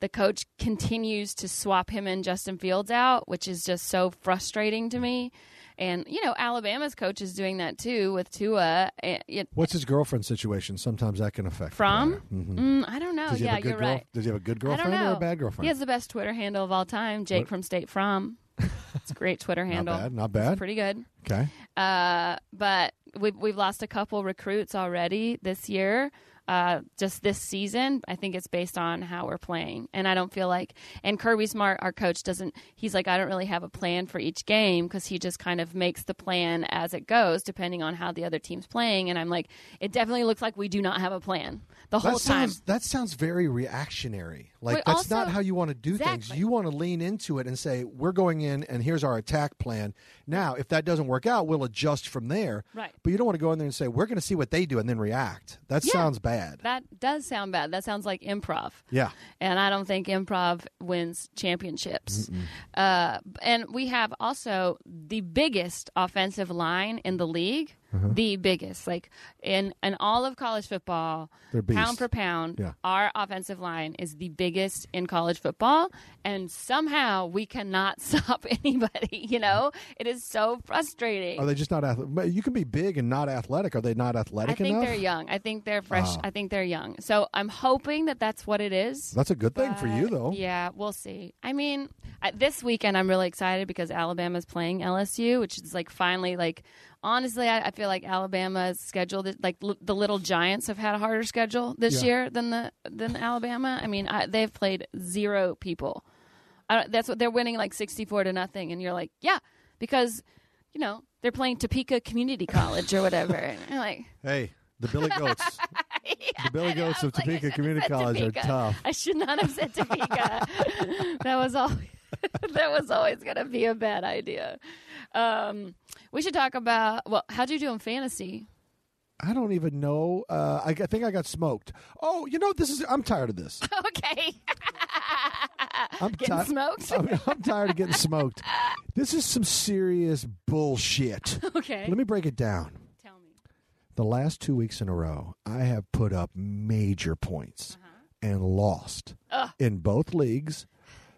[SPEAKER 2] the coach continues to swap him and Justin Fields out, which is just so frustrating to me. And you know, Alabama's coach is doing that too with Tua. And it,
[SPEAKER 1] What's his girlfriend situation? Sometimes that can affect.
[SPEAKER 2] Fromm?
[SPEAKER 1] her.
[SPEAKER 2] Mm, I don't know.
[SPEAKER 1] Mm-hmm. Does he
[SPEAKER 2] yeah,
[SPEAKER 1] have a good
[SPEAKER 2] you're
[SPEAKER 1] girl-
[SPEAKER 2] right.
[SPEAKER 1] Does he have a good
[SPEAKER 2] I
[SPEAKER 1] girlfriend
[SPEAKER 2] don't know.
[SPEAKER 1] or a bad girlfriend?
[SPEAKER 2] He has the best Twitter handle of all time, Jake from State From. It's a great Twitter
[SPEAKER 1] not
[SPEAKER 2] handle.
[SPEAKER 1] bad. Not
[SPEAKER 2] It's
[SPEAKER 1] bad.
[SPEAKER 2] pretty good.
[SPEAKER 1] Okay.
[SPEAKER 2] Uh, but we've we've lost a couple recruits already this year. Uh, just this season, I think it's based on how we're playing, and I don't feel like. And Kirby Smart, our coach, doesn't. He's like, I don't really have a plan for each game because he just kind of makes the plan as it goes, depending on how the other team's playing. And I'm like, it definitely looks like we do not have a plan the whole
[SPEAKER 1] That
[SPEAKER 2] time.
[SPEAKER 1] sounds that sounds very reactionary. Like
[SPEAKER 2] But
[SPEAKER 1] that's
[SPEAKER 2] also-
[SPEAKER 1] not how you want to do things.
[SPEAKER 2] Exactly.
[SPEAKER 1] You want to lean into it and say, "We're going in, and here's our attack plan." Now, if that doesn't work out, we'll adjust from there.
[SPEAKER 2] Right.
[SPEAKER 1] But you don't want to go in there and say, "We're going to see what they do and then react." That
[SPEAKER 2] Yeah.
[SPEAKER 1] sounds bad.
[SPEAKER 2] That does sound bad. That sounds like improv.
[SPEAKER 1] yeah.
[SPEAKER 2] And I don't think improv wins championships. Uh, and we have also the biggest offensive line in the league.
[SPEAKER 1] Uh-huh.
[SPEAKER 2] The biggest, like in in all of college football,
[SPEAKER 1] They're beasts.
[SPEAKER 2] pound for pound,
[SPEAKER 1] Yeah.
[SPEAKER 2] our offensive line is the biggest in college football, and somehow we cannot stop anybody. You know, it is so frustrating.
[SPEAKER 1] Are they just not athletic? You can be big and not athletic. Are they not
[SPEAKER 2] I
[SPEAKER 1] athletic
[SPEAKER 2] think
[SPEAKER 1] enough? Ah.
[SPEAKER 2] they're young. I think they're fresh.
[SPEAKER 1] Wow.
[SPEAKER 2] I think they're young. So I'm hoping that that's what it is.
[SPEAKER 1] That's a good thing for you,
[SPEAKER 2] But,
[SPEAKER 1] though.
[SPEAKER 2] Yeah, we'll see. I mean, I, this weekend I'm really excited because Alabama's playing LSU, which is like finally like honestly, I, I feel like Alabama's schedule that- like l- the little giants have had a harder schedule this
[SPEAKER 1] Yeah.
[SPEAKER 2] year than the than Alabama. I mean, I, they've played zero people. I don't, that's what they're winning like sixty four to nothing, and you're like, yeah, because you know they're playing Topeka Community College or whatever, and you're like.
[SPEAKER 1] Hey, the Billy Goats. the Billy Goats of
[SPEAKER 2] was like, I
[SPEAKER 1] Topeka
[SPEAKER 2] should've
[SPEAKER 1] Community
[SPEAKER 2] said
[SPEAKER 1] College
[SPEAKER 2] Topeka.
[SPEAKER 1] are tough.
[SPEAKER 2] I should not have said Topeka. that was all. that was always going to be a bad idea. Um, we should talk about well, how'd you do in fantasy?
[SPEAKER 1] I don't even know. Uh, I, g- I think I got smoked. Oh, you know this is. I'm tired of this.
[SPEAKER 2] okay,
[SPEAKER 1] I'm
[SPEAKER 2] getting
[SPEAKER 1] ti-
[SPEAKER 2] smoked.
[SPEAKER 1] I'm, I'm tired of getting smoked. This is some serious bullshit.
[SPEAKER 2] okay,
[SPEAKER 1] Let me break it down.
[SPEAKER 2] tell me.
[SPEAKER 1] The last two weeks in a row, I have put up major points
[SPEAKER 2] Uh-huh.
[SPEAKER 1] and lost in both leagues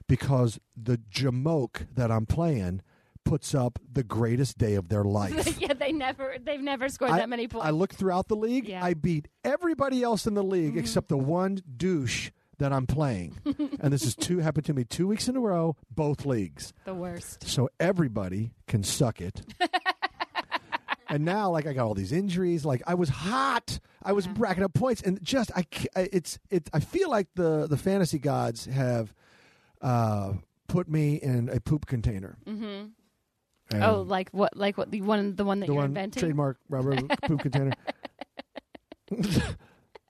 [SPEAKER 1] because the jamoke that I'm playing puts up the greatest day of their life.
[SPEAKER 2] yeah, they never they've never scored that many points.
[SPEAKER 1] I looked throughout the league.
[SPEAKER 2] Yeah. Mm-hmm.
[SPEAKER 1] I beat everybody else in the league except the one douche that I'm playing. and this is two happened to me two weeks in a row, both leagues.
[SPEAKER 2] the worst.
[SPEAKER 1] So everybody can suck it. and now, like I got all these injuries. Like I was hot. I was racking up points, and just I, ca- I- it's it. I feel like the the fantasy gods have uh, put me in a poop container. Mm-hmm.
[SPEAKER 2] oh, like what? Like what? The one the one that
[SPEAKER 1] the
[SPEAKER 2] you're
[SPEAKER 1] one
[SPEAKER 2] inventing.
[SPEAKER 1] trademark rubber poop container.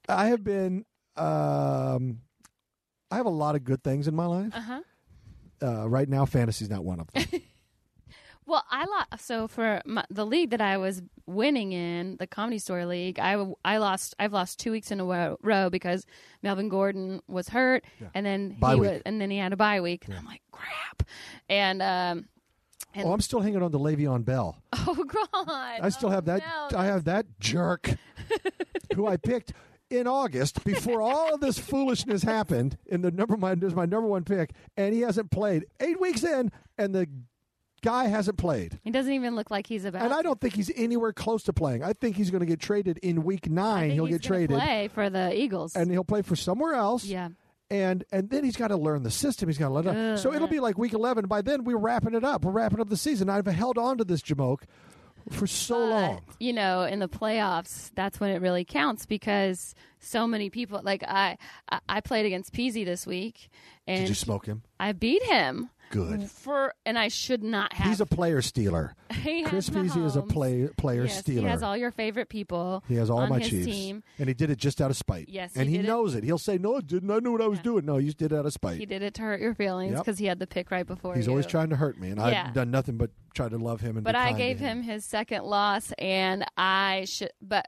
[SPEAKER 1] I have been. Um, I have a lot of good things in my life.
[SPEAKER 2] Uh huh.
[SPEAKER 1] uh, right now fantasy's not one of them.
[SPEAKER 2] Well, I lost. So for my, the league that I was winning in, the Comedy Store League, I I lost. I've lost two weeks in a row, row because Melvin Gordon was hurt, and then
[SPEAKER 1] Bye
[SPEAKER 2] he
[SPEAKER 1] week.
[SPEAKER 2] was, and then he had a bye week. And I'm like, crap. And um, And-
[SPEAKER 1] oh, I'm still hanging on to Le'Veon Bell.
[SPEAKER 2] oh god, Oh,
[SPEAKER 1] I still have that.
[SPEAKER 2] No,
[SPEAKER 1] I have that jerk who I picked in August before all of this foolishness happened. In the number one, is my number one pick, and he hasn't played eight weeks in, and the guy hasn't played.
[SPEAKER 2] he doesn't even look like he's about.
[SPEAKER 1] And I don't think he's anywhere close to playing. I think he's going to get traded in week
[SPEAKER 2] I
[SPEAKER 1] nine.
[SPEAKER 2] think
[SPEAKER 1] He'll
[SPEAKER 2] he's
[SPEAKER 1] get
[SPEAKER 2] gonna
[SPEAKER 1] traded,
[SPEAKER 2] play for the Eagles.
[SPEAKER 1] and he'll play for somewhere else.
[SPEAKER 2] yeah,
[SPEAKER 1] and and then he's got to learn the system. He's got to learn.
[SPEAKER 2] Ugh.
[SPEAKER 1] So it'll be like week eleven. By then, we're wrapping it up. We're wrapping up the season. I've held on to this Jamoke for so
[SPEAKER 2] But,
[SPEAKER 1] long.
[SPEAKER 2] You know, in the playoffs, that's when it really counts because so many people. Like I, I, I played against Peasy this week, and
[SPEAKER 1] Did you smoke him?
[SPEAKER 2] I beat him.
[SPEAKER 1] Good.
[SPEAKER 2] For and I should not have.
[SPEAKER 1] He's a player stealer.
[SPEAKER 2] He has
[SPEAKER 1] Chris Beasley is a
[SPEAKER 2] Mahomes.
[SPEAKER 1] play, player
[SPEAKER 2] Yes,
[SPEAKER 1] stealer.
[SPEAKER 2] He has all your favorite people.
[SPEAKER 1] He has all
[SPEAKER 2] on
[SPEAKER 1] my
[SPEAKER 2] his
[SPEAKER 1] Chiefs,
[SPEAKER 2] team.
[SPEAKER 1] and he did it just out of spite.
[SPEAKER 2] Yes,
[SPEAKER 1] and
[SPEAKER 2] he
[SPEAKER 1] he,
[SPEAKER 2] did it-
[SPEAKER 1] knows it. He'll say, "No, I didn't. I knew what I was doing." No, you did it out of spite.
[SPEAKER 2] He did it to hurt your feelings
[SPEAKER 1] Yep.
[SPEAKER 2] because he had the pick right before.
[SPEAKER 1] He's always
[SPEAKER 2] you.
[SPEAKER 1] trying to hurt me, and
[SPEAKER 2] Yeah.
[SPEAKER 1] I've done nothing but try to love him. And
[SPEAKER 2] But
[SPEAKER 1] be
[SPEAKER 2] I
[SPEAKER 1] kind to
[SPEAKER 2] gave him his second loss, and I should. But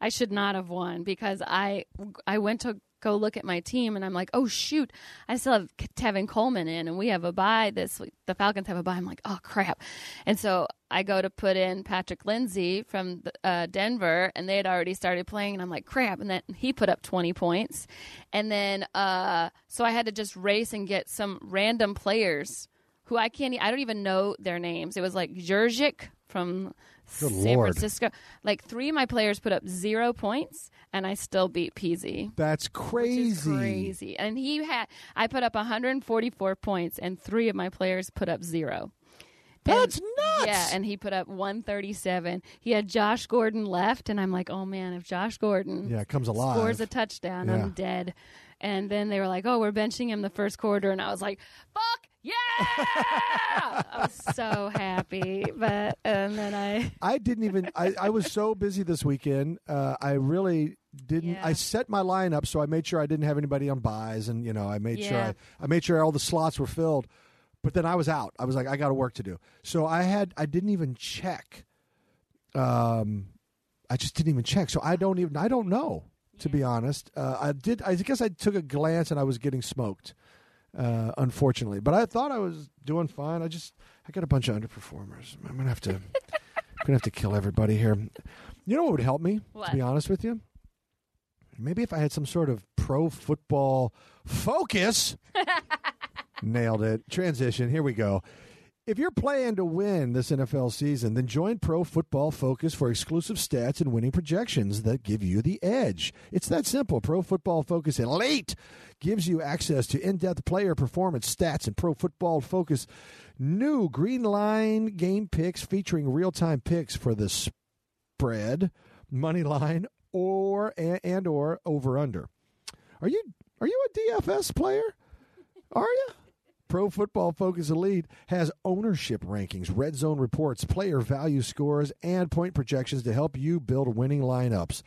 [SPEAKER 2] I should not have won because I I went to go look at my team, and I'm like, oh shoot, I still have Tevin Coleman in, and we have a bye this week. The Falcons have a bye. I'm like, oh crap, and so I go to put in Patrick Lindsay from the, uh, Denver, and they had already started playing, and I'm like, crap, and then he put up 20 points, and then uh, so I had to just race and get some random players who I can't, e- I don't even know their names. It was like Jurjic from
[SPEAKER 1] Good
[SPEAKER 2] San
[SPEAKER 1] Lord.
[SPEAKER 2] Francisco. Like three of my players put up zero points, and I still beat Peasy.
[SPEAKER 1] That's
[SPEAKER 2] which
[SPEAKER 1] crazy.
[SPEAKER 2] is crazy. And he had, I put up 144 points, and three of my players put up zero.
[SPEAKER 1] That's nuts.
[SPEAKER 2] Yeah, and he put up 137. He had Josh Gordon left, and I'm like, oh man, if Josh Gordon
[SPEAKER 1] Yeah, it comes alive.
[SPEAKER 2] scores a touchdown,
[SPEAKER 1] Yeah.
[SPEAKER 2] I'm dead. And then they were like, oh, we're benching him the first quarter. And I was like, fuck yeah! I was so happy. But, and then I,
[SPEAKER 1] I didn't even. I, I was so busy this weekend. Uh, I really didn't.
[SPEAKER 2] Yeah.
[SPEAKER 1] I set my line up so I made sure I didn't have anybody on buys, and you know, I made sure
[SPEAKER 2] Yeah.
[SPEAKER 1] I, I made sure all the slots were filled. But then I was out. I was like, I got work to do. So I had. I didn't even check. Um, I just didn't even check. So I don't even. I don't know. To be honest, uh, I did. I guess I took a glance and I was getting smoked, uh, unfortunately. But I thought I was doing fine. I just I got a bunch of underperformers. I'm gonna have to I'm gonna have to kill everybody here. You know what would help me?
[SPEAKER 2] What?
[SPEAKER 1] To be honest with you, maybe if I had some sort of pro football focus. Nailed it. Transition. Here we go. If you're playing to win this NFL season, then join Pro Football Focus for exclusive stats and winning projections that give you the edge. It's that simple. Pro Football Focus Elite gives you access to in depth player performance stats and Pro Football Focus new green line game picks featuring real time picks for the spread, money line, or and, and or over under. Are you are you a DFS player? Are you? Pro Football Focus Elite has ownership rankings, red zone reports, player value scores, and point projections to help you build winning lineups.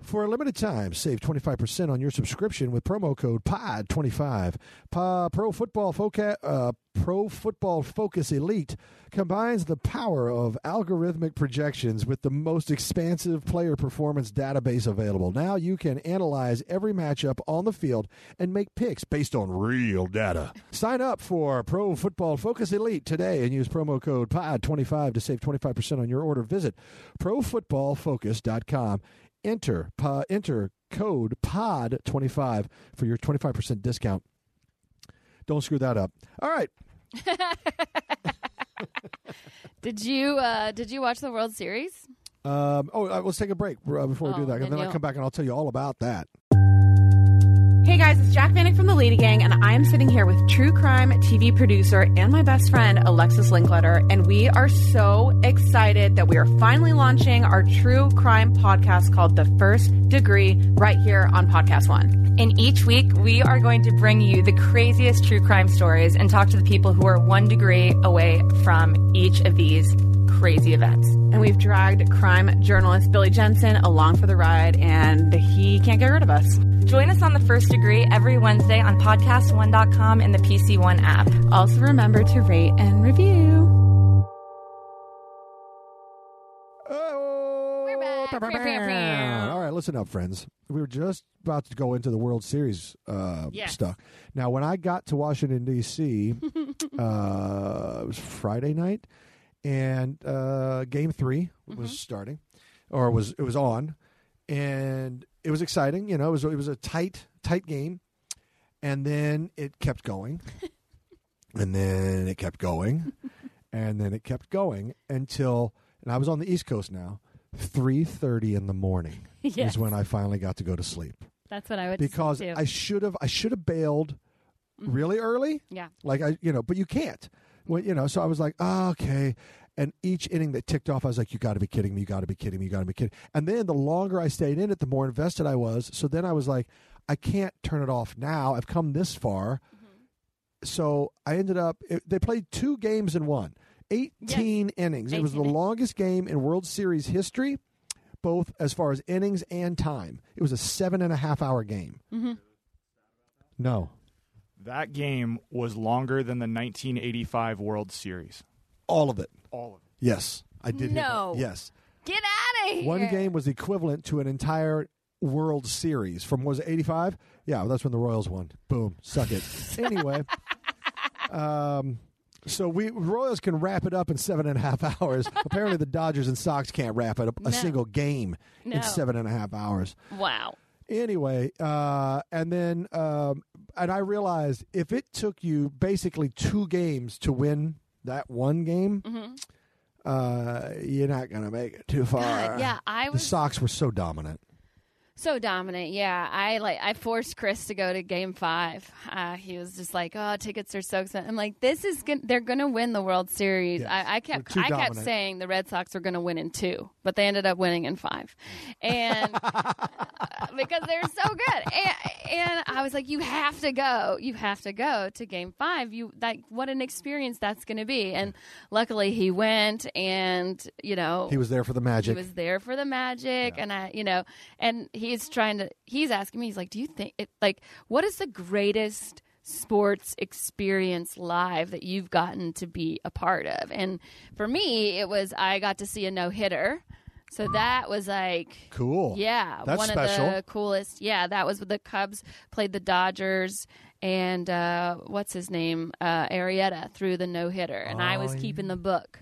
[SPEAKER 1] For a limited time, save 25% on your subscription with promo code POD25. Pa- Pro Football Foca- uh, Pro Football Focus Elite combines the power of algorithmic projections with the most expansive player performance database available. Now you can analyze every matchup on the field and make picks based on real data. Sign up for Pro Football Focus Elite today and use promo code POD25 to save 25% on your order. Visit profootballfocus.com enter po- enter code pod 25 for your 25% discount don't screw that up all right
[SPEAKER 2] did you, uh, did you watch the World Series?
[SPEAKER 1] um, oh uh, let's take a break uh, before we
[SPEAKER 2] Oh,
[SPEAKER 1] do that
[SPEAKER 2] then
[SPEAKER 1] and then i'll
[SPEAKER 2] you'll-
[SPEAKER 1] come back and i'll tell you all about that
[SPEAKER 4] Hey guys, it's Jack Vanek from the Lady Gang, and I am sitting here with true crime TV producer and my best friend, Alexis Linkletter, and we are so excited that we are finally launching our true crime podcast called The First Degree right here on Podcast One.
[SPEAKER 5] And each week, we are going to bring you the craziest true crime stories and talk to the people who are one degree away from each of these crazy events.
[SPEAKER 4] And we've dragged crime journalist Billy Jensen along for the ride, and he can't get rid of us.
[SPEAKER 5] Join us on The First Degree every Wednesday on podcast1.com and the PC One app.
[SPEAKER 4] Also, remember to rate and review.
[SPEAKER 1] Oh,
[SPEAKER 2] We're back.
[SPEAKER 1] bah, bah,
[SPEAKER 2] Pew, pew,
[SPEAKER 1] bah.
[SPEAKER 2] pew.
[SPEAKER 1] All right, listen up, friends. We were just about to go into the World Series uh,
[SPEAKER 2] Yes.
[SPEAKER 1] stuff. Now, when I got to Washington D.C., uh, it was Friday night, and uh, Game 3 was starting, or was it was on, and it was exciting. You know, it was it was a tight tight game, and then it kept going, and then it kept going, and then it kept going until, and I was on the East Coast now. Three thirty in the morning
[SPEAKER 2] Yes.
[SPEAKER 1] is when I finally got to go to sleep
[SPEAKER 2] That's what I would
[SPEAKER 1] because
[SPEAKER 2] do.
[SPEAKER 1] I should have I should have bailed really early.
[SPEAKER 2] yeah.
[SPEAKER 1] Like I, you know, but you can't. Well, you know, so I was like, ah, okay. And each inning that ticked off, I was like, you got to be kidding me. You got to be kidding me. You got to be kidding. And then the longer I stayed in it, the more invested I was. So then I was like, I can't turn it off now. I've come this far. So I ended up, it, they played two games in one 18 innings. It was the
[SPEAKER 2] 18
[SPEAKER 1] longest game in World Series history, both as far as innings and time. It was a seven and a half hour game. No.
[SPEAKER 6] That game was longer than the 1985 World Series.
[SPEAKER 1] All of it.
[SPEAKER 6] All of it.
[SPEAKER 1] Yes, I did. hear that.
[SPEAKER 2] No.
[SPEAKER 1] Yes,
[SPEAKER 2] Get out of here.
[SPEAKER 1] one game was equivalent to an entire World Series from was it eighty five? Yeah, well, that's when the Royals won. Boom, suck it. anyway, um, so we Royals can wrap it up in seven and a half hours. Apparently, the Dodgers and Sox can't wrap it up
[SPEAKER 2] No.
[SPEAKER 1] a single game
[SPEAKER 2] No.
[SPEAKER 1] in seven and a half hours.
[SPEAKER 2] Wow.
[SPEAKER 1] Anyway, uh, and then um, and I realized if it took you basically two games to win that one game, uh, you're not gonna make it too far.
[SPEAKER 2] Mm-hmm. God, yeah, I
[SPEAKER 1] the
[SPEAKER 2] was
[SPEAKER 1] Sox were so dominant.
[SPEAKER 2] so dominant. Yeah, I like I forced Chris to go to Game Five. Uh, he was just like, "Oh, tickets are so expensive." I'm like, "This is gonna, they're going to win the World Series."
[SPEAKER 1] Yes,
[SPEAKER 2] I, I
[SPEAKER 1] we're
[SPEAKER 2] kept
[SPEAKER 1] too
[SPEAKER 2] I kept
[SPEAKER 1] dominant.
[SPEAKER 2] saying the Red Sox were going to win in two, but they ended up winning in five, and uh, because they're so good. And, and I was like, you have to go. You have to go to game five. You like what an experience that's going to be. And luckily, he went, and you know,
[SPEAKER 1] He was there for the magic.
[SPEAKER 2] he was there for the magic, and I, you know, and he's trying to. He's asking me. He's like, "Do you think it? Like, what is the greatest sports experience live that you've gotten to be a part of?" And for me, it was I got to see a no hitter, so that was like
[SPEAKER 1] cool.
[SPEAKER 2] yeah,
[SPEAKER 1] that's
[SPEAKER 2] one
[SPEAKER 1] special.
[SPEAKER 2] of the coolest. Yeah, that was the Cubs played the Dodgers and uh, what's his name uh, Arietta threw the no hitter, and I
[SPEAKER 1] Oh,
[SPEAKER 2] was keeping the book.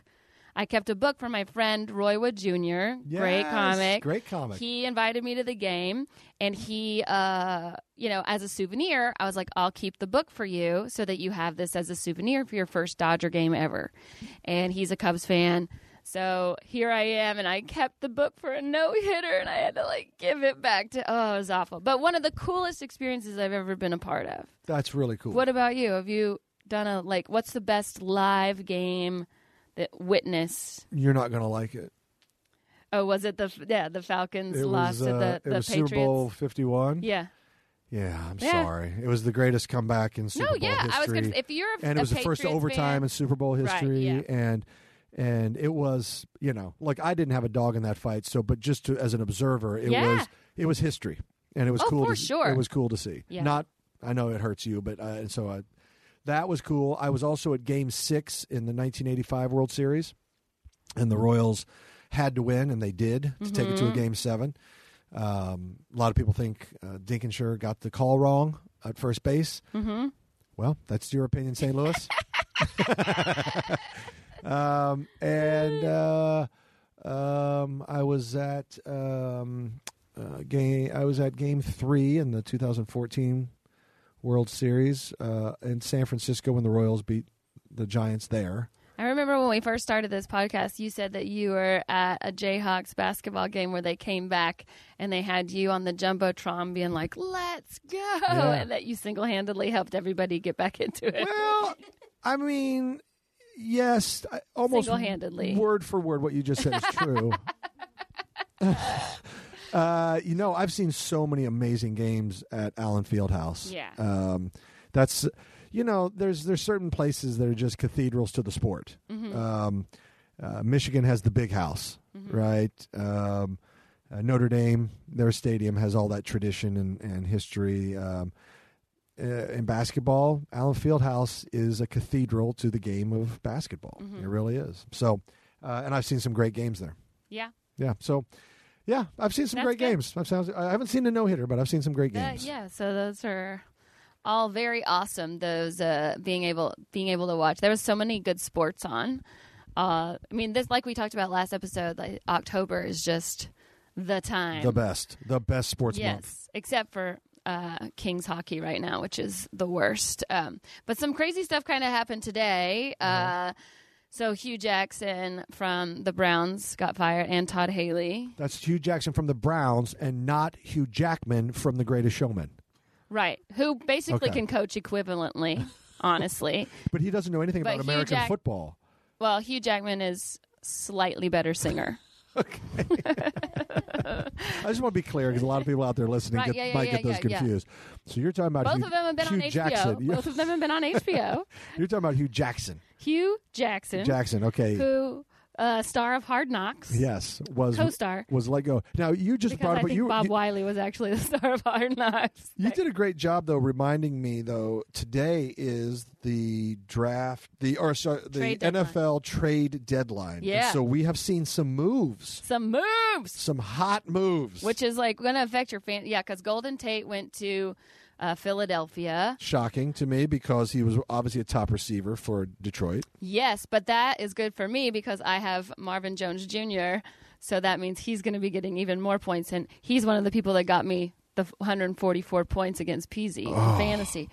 [SPEAKER 2] I kept a book from my friend Roy Wood Jr. great
[SPEAKER 1] Yes,
[SPEAKER 2] comic,
[SPEAKER 1] great comic.
[SPEAKER 2] He invited me to the game, and he, uh, you know, as a souvenir, I was like, "I'll keep the book for you, so that you have this as a souvenir for your first Dodger game ever." And he's a Cubs fan, so here I am, and I kept the book for a no hitter, and I had to like give it back to. Oh, it was awful, but one of the coolest experiences I've ever been a part of.
[SPEAKER 1] that's really cool.
[SPEAKER 2] What about you? Have you done a like? What's the best live game that witness?
[SPEAKER 1] You're not gonna like it.
[SPEAKER 2] Oh, was it the yeah the Falcons
[SPEAKER 1] It
[SPEAKER 2] lost
[SPEAKER 1] was,
[SPEAKER 2] to
[SPEAKER 1] uh,
[SPEAKER 2] the
[SPEAKER 1] it
[SPEAKER 2] the
[SPEAKER 1] was
[SPEAKER 2] Patriots?
[SPEAKER 1] Super Bowl 51.
[SPEAKER 2] Yeah.
[SPEAKER 1] Yeah, I'm
[SPEAKER 2] Yeah.
[SPEAKER 1] sorry. It was the greatest comeback in Super
[SPEAKER 2] no,
[SPEAKER 1] Bowl
[SPEAKER 2] yeah.
[SPEAKER 1] history.
[SPEAKER 2] I was gonna. If you're a,
[SPEAKER 1] and it
[SPEAKER 2] a
[SPEAKER 1] was the first
[SPEAKER 2] Patriots
[SPEAKER 1] overtime
[SPEAKER 2] fan-
[SPEAKER 1] in Super Bowl history,
[SPEAKER 2] yeah.
[SPEAKER 1] and and it was you know like I didn't have a dog in that fight, so but just to, as an observer, it
[SPEAKER 2] Yeah.
[SPEAKER 1] was it was history, and it was
[SPEAKER 2] Oh,
[SPEAKER 1] cool
[SPEAKER 2] for
[SPEAKER 1] to,
[SPEAKER 2] sure.
[SPEAKER 1] It was cool to see.
[SPEAKER 2] Yeah.
[SPEAKER 1] Not I know it hurts you, but uh, and so I, that was cool. I was also at Game Six in the 1985 World Series, and the Royals had to win, and they did to take it to a Game Seven. Um, a lot of people think uh, Dinkinshire got the call wrong at first base. Well, that's your opinion, St. Louis. um, and uh, um, I was at um, uh, game. I was at Game Three in the 2014 World Series uh, in San Francisco when the Royals beat the Giants there.
[SPEAKER 2] I remember when we first started this podcast, you said that you were at a Jayhawks basketball game where they came back and they had you on the jumbotron, being like, "Let's go," and that you single handedly helped everybody get back into it.
[SPEAKER 1] Well, I mean, yes, I- almost
[SPEAKER 2] Single-handedly.
[SPEAKER 1] word for word, what you just said is true. uh, you know, I've seen so many amazing games at Allen Fieldhouse.
[SPEAKER 2] Yeah.
[SPEAKER 1] um, that's you know, there's there's certain places that are just cathedrals to the
[SPEAKER 2] Mm-hmm. Mm-hmm.
[SPEAKER 1] sport. Um, uh, Michigan has the big house, right? Um, Uh, Notre Dame, their stadium has all that tradition and, and history. Um, uh, in basketball, Allen Fieldhouse is a cathedral to the game of basketball.
[SPEAKER 2] Mm-hmm.
[SPEAKER 1] It really is. So, uh, and I've seen some great games there.
[SPEAKER 2] Yeah.
[SPEAKER 1] Yeah. So, yeah, I've seen some
[SPEAKER 2] That's
[SPEAKER 1] great
[SPEAKER 2] good.
[SPEAKER 1] games. I've sounds, I haven't seen a no hitter, but I've seen some great
[SPEAKER 2] That-
[SPEAKER 1] games.
[SPEAKER 2] yeah, so those are all very awesome. Those uh, being able being able to watch. There was so many good sports on. Uh, I mean, this like we talked about last episode. Like October is just the time.
[SPEAKER 1] The best, the best sports
[SPEAKER 2] yes,
[SPEAKER 1] month.
[SPEAKER 2] except for uh, Kings hockey right now, which is the worst. Um, but some crazy stuff kind of happened today.
[SPEAKER 1] Uh-huh.
[SPEAKER 2] Uh, so Hugh Jackson from the Browns got fired, and Todd Haley.
[SPEAKER 1] That's Hugh Jackson from the Browns and not Hugh Jackman from The Greatest Showman.
[SPEAKER 2] Right. Who basically
[SPEAKER 1] Okay.
[SPEAKER 2] can coach equivalently, honestly.
[SPEAKER 1] But he doesn't know anything
[SPEAKER 2] But
[SPEAKER 1] about
[SPEAKER 2] Hugh
[SPEAKER 1] American
[SPEAKER 2] Jack-
[SPEAKER 1] football.
[SPEAKER 2] Well, Hugh Jackman is slightly better singer.
[SPEAKER 1] I just want to be clear because a lot of people out there listening
[SPEAKER 2] Right,
[SPEAKER 1] get,
[SPEAKER 2] yeah, yeah,
[SPEAKER 1] might
[SPEAKER 2] yeah,
[SPEAKER 1] get those
[SPEAKER 2] yeah, yeah.
[SPEAKER 1] confused. So you're talking about
[SPEAKER 2] Both
[SPEAKER 1] Hugh,
[SPEAKER 2] of them have been
[SPEAKER 1] Hugh
[SPEAKER 2] on HBO.
[SPEAKER 1] Jackson. You're,
[SPEAKER 2] Both of them have been on HBO.
[SPEAKER 1] you're talking about Hugh Jackson.
[SPEAKER 2] Hugh Jackson,
[SPEAKER 1] Jackson, okay.
[SPEAKER 2] who uh, star of Hard Knocks.
[SPEAKER 1] yes, was
[SPEAKER 2] Co-star.
[SPEAKER 1] was let go. Now you just
[SPEAKER 2] Because
[SPEAKER 1] brought
[SPEAKER 2] I
[SPEAKER 1] up
[SPEAKER 2] think
[SPEAKER 1] you
[SPEAKER 2] Bob
[SPEAKER 1] you,
[SPEAKER 2] Wiley was actually the star of Hard Knocks.
[SPEAKER 1] you did a great job though reminding me though today is the draft the or sorry, the
[SPEAKER 2] Trade deadline.
[SPEAKER 1] NFL trade deadline. And
[SPEAKER 2] Yeah.
[SPEAKER 1] so we have seen some moves,
[SPEAKER 2] Some moves,
[SPEAKER 1] some hot moves.
[SPEAKER 2] which is like going to affect your fan. Yeah, because Golden Tate went to uh, Philadelphia.
[SPEAKER 1] shocking to me because he was obviously a top receiver for Detroit.
[SPEAKER 2] Yes, but that is good for me because I have Marvin Jones Jr. So that means he's going to be getting even more points, and he's one of the people that got me the 144 points against Peasy in fantasy.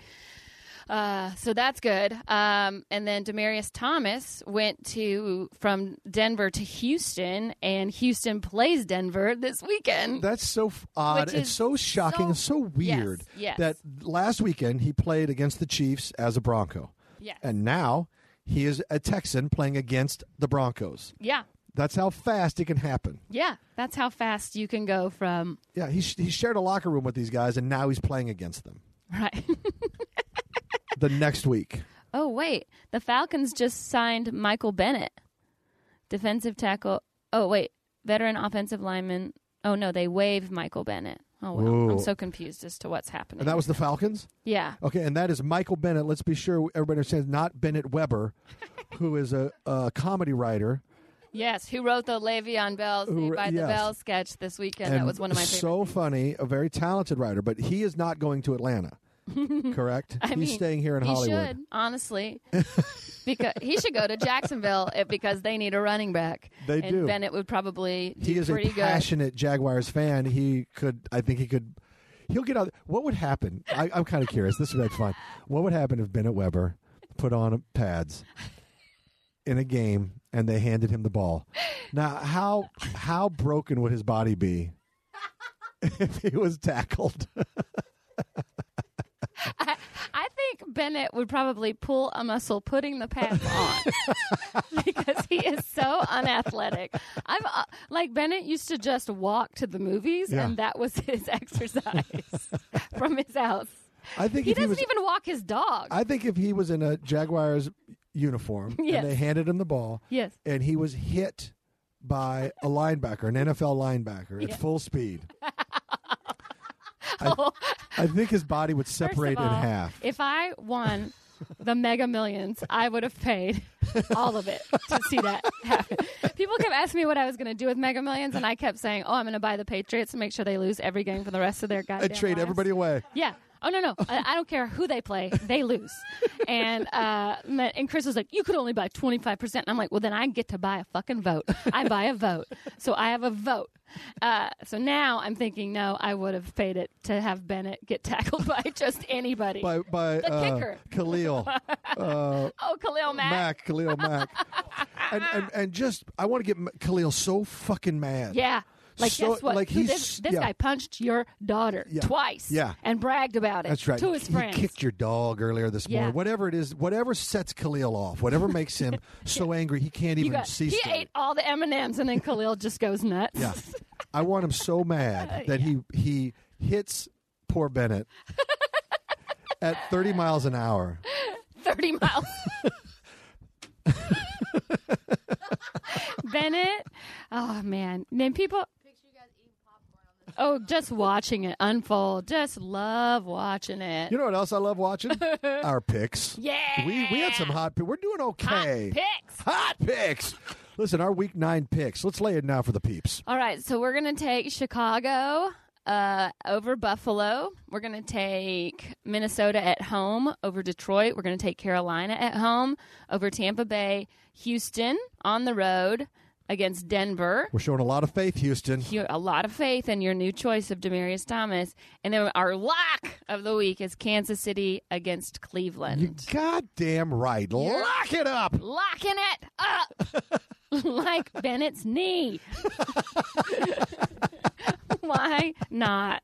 [SPEAKER 2] Uh, so that's good. Um, and then Demarius Thomas went to from Denver to Houston, and Houston plays Denver this weekend.
[SPEAKER 1] That's so f- odd.
[SPEAKER 2] Which
[SPEAKER 1] It's
[SPEAKER 2] is
[SPEAKER 1] so shocking.
[SPEAKER 2] so-
[SPEAKER 1] it's so weird
[SPEAKER 2] yes.
[SPEAKER 1] that last weekend he played against the Chiefs as a Bronco,
[SPEAKER 2] Yes.
[SPEAKER 1] and now he is a Texan playing against the Broncos.
[SPEAKER 2] yeah,
[SPEAKER 1] That's how fast it can happen.
[SPEAKER 2] yeah. That's how fast you can go from
[SPEAKER 1] Yeah, he, sh- he shared a locker room with these guys, and now he's playing against them
[SPEAKER 2] right.
[SPEAKER 1] the next week.
[SPEAKER 2] Oh wait, the Falcons just signed Michael Bennett, defensive tackle. Oh wait, veteran offensive lineman. Oh no, they waived Michael Bennett. Oh wow,
[SPEAKER 1] Whoa.
[SPEAKER 2] I'm so confused as to what's happening.
[SPEAKER 1] And that was the Falcons?
[SPEAKER 2] yeah,
[SPEAKER 1] Okay, and that is Michael Bennett. Let's be sure everybody understands, not Bennett Weber, who is a, a comedy writer.
[SPEAKER 2] yes. Who wrote the Le'Veon Bell
[SPEAKER 1] Who-
[SPEAKER 2] by the
[SPEAKER 1] yes.
[SPEAKER 2] Bell sketch this weekend? that
[SPEAKER 1] and
[SPEAKER 2] was one of my favorite.
[SPEAKER 1] so funny, a very talented writer, but he is not going to Atlanta. correct?
[SPEAKER 2] I
[SPEAKER 1] He's
[SPEAKER 2] mean,
[SPEAKER 1] staying here in
[SPEAKER 2] he
[SPEAKER 1] Hollywood.
[SPEAKER 2] should honestly, because he should go to Jacksonville eh, because they need a running back.
[SPEAKER 1] They
[SPEAKER 2] and
[SPEAKER 1] do.
[SPEAKER 2] Bennett would probably do
[SPEAKER 1] He is a
[SPEAKER 2] pretty good.
[SPEAKER 1] passionate Jaguars fan. He could, I think he could, he'll get out. What would happen? I, I'm kind of curious. This would be fun. What would happen if Bennett Weber put on pads in a game and they handed him the ball? Now, how how broken would his body be if he was tackled?
[SPEAKER 2] I think Bennett would probably pull a muscle putting the pads on because he is so unathletic. I've uh, like Bennett used to just walk to the movies,
[SPEAKER 1] Yeah.
[SPEAKER 2] and that was his exercise from his house.
[SPEAKER 1] I think
[SPEAKER 2] He
[SPEAKER 1] if he
[SPEAKER 2] doesn't
[SPEAKER 1] was
[SPEAKER 2] even walk his dog.
[SPEAKER 1] I think if he was in a Jaguars uniform
[SPEAKER 2] Yes.
[SPEAKER 1] and they handed him the ball
[SPEAKER 2] yes,
[SPEAKER 1] and he was hit by a linebacker, an NFL linebacker at full speed, I- I think his body would
[SPEAKER 2] First of
[SPEAKER 1] separate
[SPEAKER 2] all,
[SPEAKER 1] in half.
[SPEAKER 2] If I won the Mega Millions, I would have paid all of it to see that happen. People kept asking me what I was going to do with Mega Millions, and I kept saying, "Oh, I'm going to buy the Patriots and make sure they lose every game for the rest of their goddamn."
[SPEAKER 1] I'd trade
[SPEAKER 2] lives."
[SPEAKER 1] everybody away.
[SPEAKER 2] Yeah. Oh no no! I, I don't care who they play, they lose. And uh, ma- and Chris was like, "You could only buy twenty five percent." I'm like, "Well, then I get to buy a fucking vote. I buy a vote, so I have a vote." Uh, so now I'm thinking, no, I would have paid it to have Bennett get tackled by just anybody.
[SPEAKER 1] By by
[SPEAKER 2] The
[SPEAKER 1] uh,
[SPEAKER 2] kicker.
[SPEAKER 1] Khalil uh,
[SPEAKER 2] oh, Khalil Mack.
[SPEAKER 1] Mack, Khalil Mack, and, and and just I want to get M- Khalil so fucking mad.
[SPEAKER 2] Yeah. Like
[SPEAKER 1] So-
[SPEAKER 2] guess what?
[SPEAKER 1] like,
[SPEAKER 2] Who-
[SPEAKER 1] he's-
[SPEAKER 2] this this
[SPEAKER 1] yeah.
[SPEAKER 2] guy punched your daughter
[SPEAKER 1] Yeah.
[SPEAKER 2] twice.
[SPEAKER 1] Yeah.
[SPEAKER 2] And bragged about it.
[SPEAKER 1] That's right.
[SPEAKER 2] To his
[SPEAKER 1] he
[SPEAKER 2] friends.
[SPEAKER 1] kicked your dog earlier this
[SPEAKER 2] Yeah.
[SPEAKER 1] morning. Whatever it is, whatever sets Khalil off, whatever makes him so angry he can't
[SPEAKER 2] You
[SPEAKER 1] even
[SPEAKER 2] got-
[SPEAKER 1] see.
[SPEAKER 2] he
[SPEAKER 1] straight.
[SPEAKER 2] ate all the M and M's, and then Khalil just goes nuts.
[SPEAKER 1] Yeah. I want him so mad that he he hits poor Bennett at 30 miles an hour.
[SPEAKER 2] Thirty miles. Bennett. Oh man. Then people. Oh, just watching it unfold. Just love watching it.
[SPEAKER 1] You know what else I love watching? Our picks.
[SPEAKER 2] yeah.
[SPEAKER 1] We we had some hot picks. We're doing
[SPEAKER 2] Hot
[SPEAKER 1] okay.
[SPEAKER 2] picks.
[SPEAKER 1] Hot picks. Listen, our week nine picks. Let's lay it now for the peeps.
[SPEAKER 2] All right, so we're gonna take Chicago uh, over Buffalo. We're gonna take Minnesota at home over Detroit. We're gonna take Carolina at home over Tampa Bay. Houston on the road against Denver.
[SPEAKER 1] We're showing a lot of faith, Houston.
[SPEAKER 2] You- a lot of faith in your new choice of Demarius Thomas, and then our lock of the week is Kansas City against
[SPEAKER 1] You
[SPEAKER 2] Cleveland.
[SPEAKER 1] goddamn right. Lock it up.
[SPEAKER 2] Locking it up like Bennett's knee. Why not?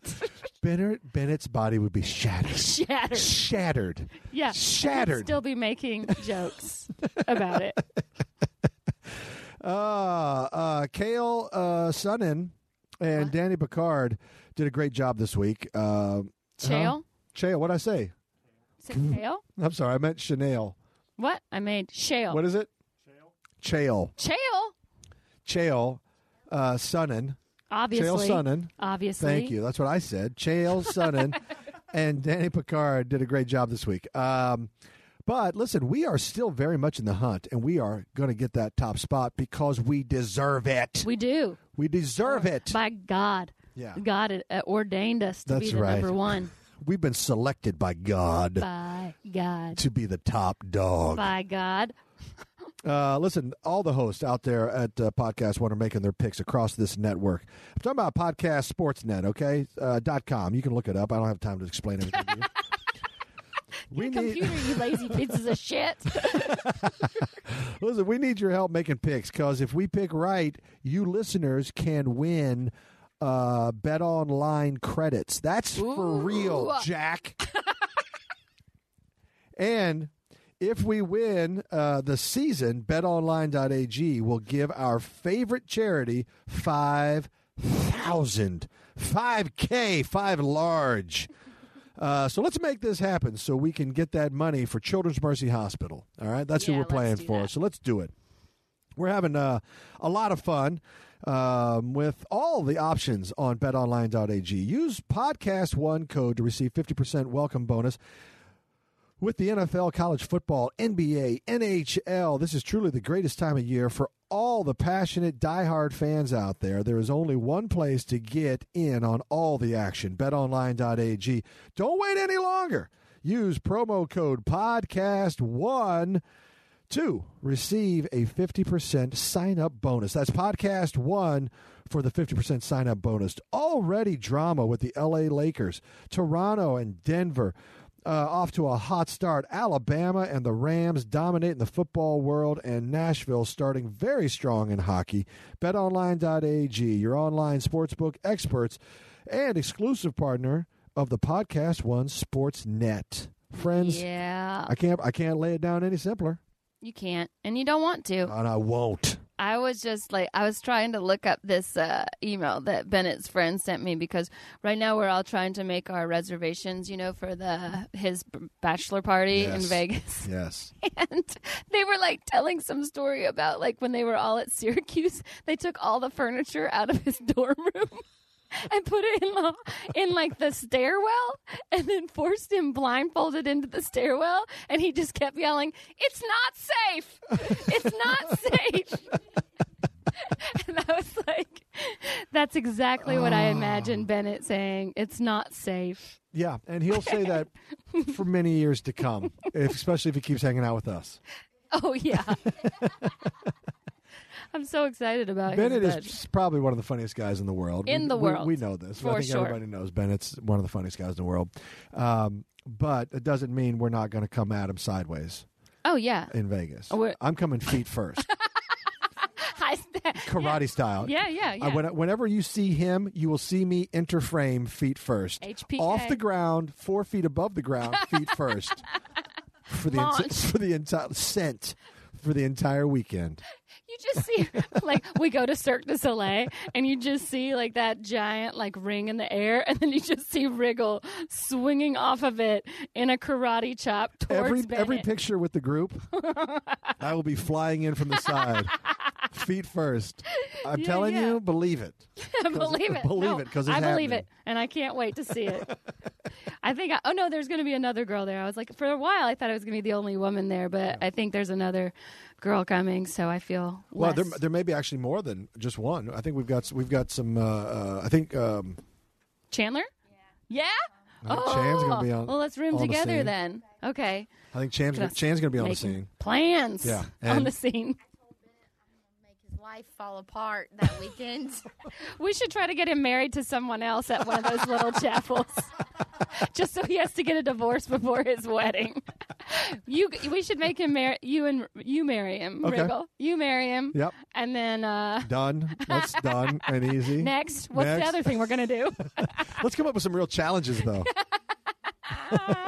[SPEAKER 1] Bennett Bennett's body would be shattered.
[SPEAKER 2] Shattered.
[SPEAKER 1] Shattered.
[SPEAKER 2] Yeah.
[SPEAKER 1] Shattered. Uh-huh.
[SPEAKER 2] Still be making jokes about it.
[SPEAKER 1] Uh, uh, Kale uh, Sonnen and Danny Picard did a great job this week. Uh,
[SPEAKER 2] Chael?
[SPEAKER 1] Chael, what'd I say?
[SPEAKER 2] Is it Chael?
[SPEAKER 1] I'm sorry, I meant Chanel.
[SPEAKER 2] What? I made Shale.
[SPEAKER 1] What is it? Chael.
[SPEAKER 2] Chael?
[SPEAKER 1] Chael uh, Sonnen.
[SPEAKER 2] Obviously.
[SPEAKER 1] Chael Sonnen.
[SPEAKER 2] Obviously.
[SPEAKER 1] Thank you. That's what I said. Chael Sonnen and Danny Picard did a great job this week. Um, but listen, we are still very much in the hunt, and we are going to get that top spot because we deserve it.
[SPEAKER 2] We do.
[SPEAKER 1] We deserve it.
[SPEAKER 2] By God.
[SPEAKER 1] Yeah.
[SPEAKER 2] God uh, ordained us to
[SPEAKER 1] That's
[SPEAKER 2] be the
[SPEAKER 1] right.
[SPEAKER 2] number one.
[SPEAKER 1] We've been selected by God
[SPEAKER 2] By God.
[SPEAKER 1] to be the top dog.
[SPEAKER 2] By God.
[SPEAKER 1] Uh, listen, all the hosts out there at uh, Podcast One are making their picks across this network. I'm talking about Podcast Sportsnet, okay? Uh, dot com. You can look it up. I don't have time to explain everything. to you. we need.
[SPEAKER 2] Computer, you lazy pieces of shit.
[SPEAKER 1] Listen, we need your help making picks because if we pick right, you listeners can win uh, bet online credits. That's for real, Jack. and if we win uh, the season, betonline.ag will give our favorite charity 5,000, 5K, 5 large. Uh, so let's make this happen so we can get that money for Children's Mercy Hospital. All right, that's who
[SPEAKER 2] Yeah,
[SPEAKER 1] we're
[SPEAKER 2] let's
[SPEAKER 1] playing
[SPEAKER 2] do
[SPEAKER 1] for.
[SPEAKER 2] that.
[SPEAKER 1] So let's do it. We're having uh, a lot of fun um, with all the options on betonline.ag. Use podcast one code to receive 50% welcome bonus with the NFL, college football, NBA, NHL. This is truly the greatest time of year for all the passionate diehard fans out there. There is only one place to get in on all the action betonline.ag. Don't wait any longer. Use promo code podcast1 to receive a 50% sign up bonus. That's podcast one for the 50% sign up bonus. Already drama with the LA Lakers, Toronto and Denver. Uh, off to a hot start. Alabama and the Rams dominating the football world, and Nashville starting very strong in hockey. BetOnline.ag, your online sportsbook experts and exclusive partner of the Podcast One Sports Net. Friends,
[SPEAKER 2] Yeah.
[SPEAKER 1] I can't I can't lay it down any simpler.
[SPEAKER 2] You can't. And you don't want to.
[SPEAKER 1] And I won't.
[SPEAKER 2] I was just like I was trying to look up this uh, email that Bennett's friend sent me because right now we're all trying to make our reservations, you know, for the his b- bachelor party in
[SPEAKER 1] Yes.
[SPEAKER 2] Vegas,
[SPEAKER 1] Yes.
[SPEAKER 2] and they were like telling some story about like when they were all at Syracuse, they took all the furniture out of his dorm room. And put it in the, in like the stairwell, and then forced him blindfolded into the stairwell, and he just kept yelling, "It's not safe! It's not safe!" And I was like, that's exactly what I imagined Bennett saying. It's not safe.
[SPEAKER 1] Yeah, and he'll say that for many years to come, if, especially if he keeps hanging out with us.
[SPEAKER 2] Oh, yeah. I'm so excited about
[SPEAKER 1] Bennett
[SPEAKER 2] his
[SPEAKER 1] is
[SPEAKER 2] bed.
[SPEAKER 1] probably one of the funniest guys in the world.
[SPEAKER 2] In
[SPEAKER 1] We-
[SPEAKER 2] the
[SPEAKER 1] we-
[SPEAKER 2] world,
[SPEAKER 1] we, know this. I
[SPEAKER 2] for
[SPEAKER 1] think
[SPEAKER 2] sure.
[SPEAKER 1] everybody knows Bennett's one of the funniest guys in the world. Um, but it doesn't mean we're not going to come at him sideways
[SPEAKER 2] Oh, yeah.
[SPEAKER 1] in Vegas.
[SPEAKER 2] Oh, we're-
[SPEAKER 1] I'm coming feet first,
[SPEAKER 2] Hi, Stan.
[SPEAKER 1] karate style.
[SPEAKER 2] Yeah, yeah, yeah.
[SPEAKER 1] I, when, whenever you see him, you will see me enter frame feet first,
[SPEAKER 2] HPK.
[SPEAKER 1] off the ground, four feet above the ground, feet first, for the
[SPEAKER 2] Launch.
[SPEAKER 1] for the entire scent for the entire weekend.
[SPEAKER 2] you just see, like, we go to Cirque du Soleil, and you just see, like, that giant, like, ring in the air, and then you just see Wriggle swinging off of it in a karate chop towards
[SPEAKER 1] every
[SPEAKER 2] Bennett.
[SPEAKER 1] every picture with the group, I will be flying in from the side. feet first. I'm
[SPEAKER 2] Yeah,
[SPEAKER 1] telling
[SPEAKER 2] yeah.
[SPEAKER 1] you, believe it.
[SPEAKER 2] believe it.
[SPEAKER 1] believe
[SPEAKER 2] No,
[SPEAKER 1] it 'cause it's
[SPEAKER 2] I believe
[SPEAKER 1] happening.
[SPEAKER 2] it, and I can't wait to see it. I think. I, oh no, there's going to be another girl there. I was like, for a while, I thought I was going to be the only woman there, but I think there's another girl coming, so I feel.
[SPEAKER 1] Well, there,
[SPEAKER 2] less.
[SPEAKER 1] there may be actually more than just one. I think we've got we've got some. Uh, uh, I think um,
[SPEAKER 2] Chandler. Yeah. Oh,
[SPEAKER 1] I think Chan's gonna be on-
[SPEAKER 2] Well, let's room
[SPEAKER 1] on the
[SPEAKER 2] together
[SPEAKER 1] scene.
[SPEAKER 2] then. Okay.
[SPEAKER 1] I think Chan's gonna, Chan's going to be on the
[SPEAKER 2] Making
[SPEAKER 1] scene.
[SPEAKER 2] Plans.
[SPEAKER 1] Yeah,
[SPEAKER 2] on
[SPEAKER 1] and-
[SPEAKER 2] the scene.
[SPEAKER 3] Make his life fall apart that weekend.
[SPEAKER 2] We should try to get him married to someone else at one of those little chapels, just so he has to get a divorce before his wedding. You, we should make him marry you and you marry him.
[SPEAKER 1] Okay.
[SPEAKER 2] Riggle. You marry him.
[SPEAKER 1] Yep,
[SPEAKER 2] And then uh,
[SPEAKER 1] done. That's done and easy.
[SPEAKER 2] next, what's the
[SPEAKER 1] Next.
[SPEAKER 2] other thing we're gonna do?
[SPEAKER 1] Let's come up with some real challenges, though.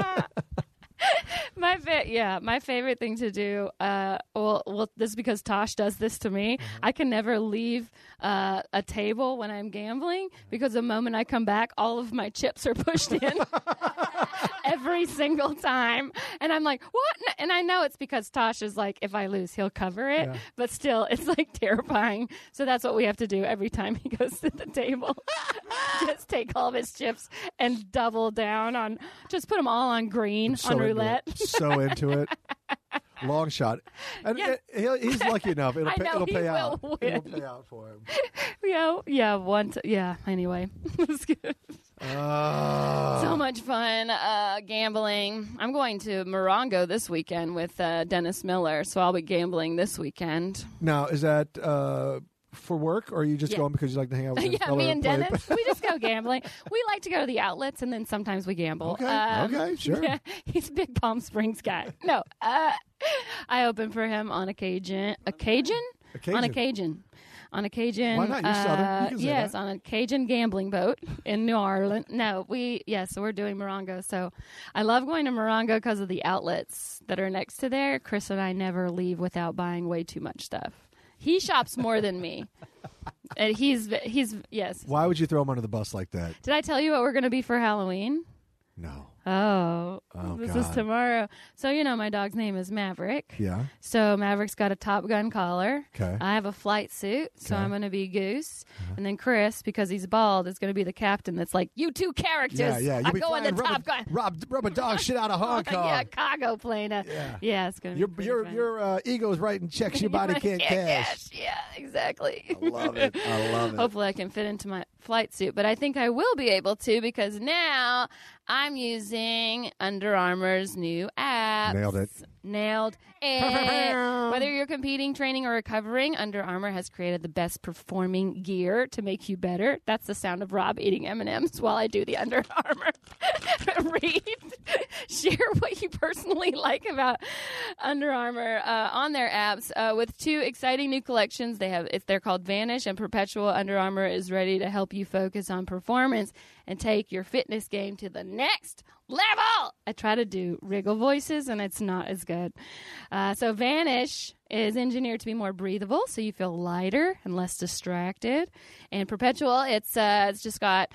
[SPEAKER 2] my fa- yeah, my favorite thing to do. Uh, well, well, this is because Tosh does this to me. I can never leave uh, a table when I'm gambling because the moment I come back, all of my chips are pushed in every single time, and I'm like, what? N- And I know it's because Tosh is like, if I lose, he'll cover it, but still, it's like terrifying. So that's what we have to do every time he goes to the table. just take all of his chips and double down on, just put them all on green on
[SPEAKER 1] into it.
[SPEAKER 2] roulette.
[SPEAKER 1] so into it. Long shot. And
[SPEAKER 2] Yeah.
[SPEAKER 1] it- he'll- he's lucky enough. It'll
[SPEAKER 2] I
[SPEAKER 1] pay,
[SPEAKER 2] know,
[SPEAKER 1] it'll
[SPEAKER 2] he
[SPEAKER 1] pay
[SPEAKER 2] will
[SPEAKER 1] out. It'll
[SPEAKER 2] win.
[SPEAKER 1] pay out for him.
[SPEAKER 2] yeah, yeah, one, t- yeah. Anyway, It's good.
[SPEAKER 1] Uh. Ah.
[SPEAKER 2] so much fun uh, gambling. I'm going to Morongo this weekend with uh, Dennis Miller, so I'll be gambling this weekend.
[SPEAKER 1] now, is that uh, for work, or are you just
[SPEAKER 2] Yeah.
[SPEAKER 1] going because you like to hang out with your
[SPEAKER 2] yeah,
[SPEAKER 1] fella
[SPEAKER 2] me and
[SPEAKER 1] play-
[SPEAKER 2] Dennis, we just go gambling. We like to go to the outlets, and then sometimes we gamble. Uh,
[SPEAKER 1] Okay, okay, sure.
[SPEAKER 2] Um, Yeah, he's a big Palm Springs guy. No, uh, I open for him on occasion. Occasion? On
[SPEAKER 1] Occasion.
[SPEAKER 2] occasion. On occasion.
[SPEAKER 1] Why not? You're Southern. You
[SPEAKER 2] uh,
[SPEAKER 1] can say
[SPEAKER 2] yes,
[SPEAKER 1] that.
[SPEAKER 2] on a Cajun gambling boat in New Orleans. No, we yeah, so we're doing Morongo. So I love going to Morongo because of the outlets that are next to there. Chris and I never leave without buying way too much stuff. He shops more than me, and he's he's yes.
[SPEAKER 1] Why would you throw him under the bus like that?
[SPEAKER 2] Did I tell you what we're going to be for Halloween?
[SPEAKER 1] No.
[SPEAKER 2] Oh,
[SPEAKER 1] Oh,
[SPEAKER 2] this is
[SPEAKER 1] God.
[SPEAKER 2] tomorrow. So you know my dog's name is Maverick.
[SPEAKER 1] Yeah.
[SPEAKER 2] So Maverick's got a Top Gun collar.
[SPEAKER 1] 'Kay.
[SPEAKER 2] I have a flight suit, so
[SPEAKER 1] Okay. Uh-huh.
[SPEAKER 2] I'm going to be Goose. And then Chris, because he's bald, is going to be the captain. That's like you two characters.
[SPEAKER 1] Yeah, yeah. You'll
[SPEAKER 2] I'm
[SPEAKER 1] be
[SPEAKER 2] going to
[SPEAKER 1] flying rubber,
[SPEAKER 2] Top Gun.
[SPEAKER 1] Rob, rubber dog shit out of Hong Kong.
[SPEAKER 2] yeah, cargo plane. Uh,
[SPEAKER 1] Yeah.
[SPEAKER 2] yeah. it's going to be.
[SPEAKER 1] Your
[SPEAKER 2] pretty
[SPEAKER 1] your
[SPEAKER 2] fun.
[SPEAKER 1] your uh, ego's writing checks your body can't cash.
[SPEAKER 2] Yeah, Oh. exactly.
[SPEAKER 1] Love it. I love it.
[SPEAKER 2] Hopefully, I can fit into my flight suit, but I think I will be able to because now I'm using Under Armour's new app.
[SPEAKER 1] Nailed it.
[SPEAKER 2] Nailed it. Whether you're competing, training, or recovering, Under Armour has created the best performing gear to make you better. That's the sound of Rob eating M&Ms while I do the Under Armour. Read, share what you personally like about Under Armour uh, on their apps uh, with two exciting new collections. They have if they're called Vanish and Perpetual. Under Armour is ready to help you focus on performance and take your fitness game to the next level. I try to do wriggle voices and it's not as good. Uh, so Vanish is engineered to be more breathable, so you feel lighter and less distracted. And Perpetual, it's uh, it's just got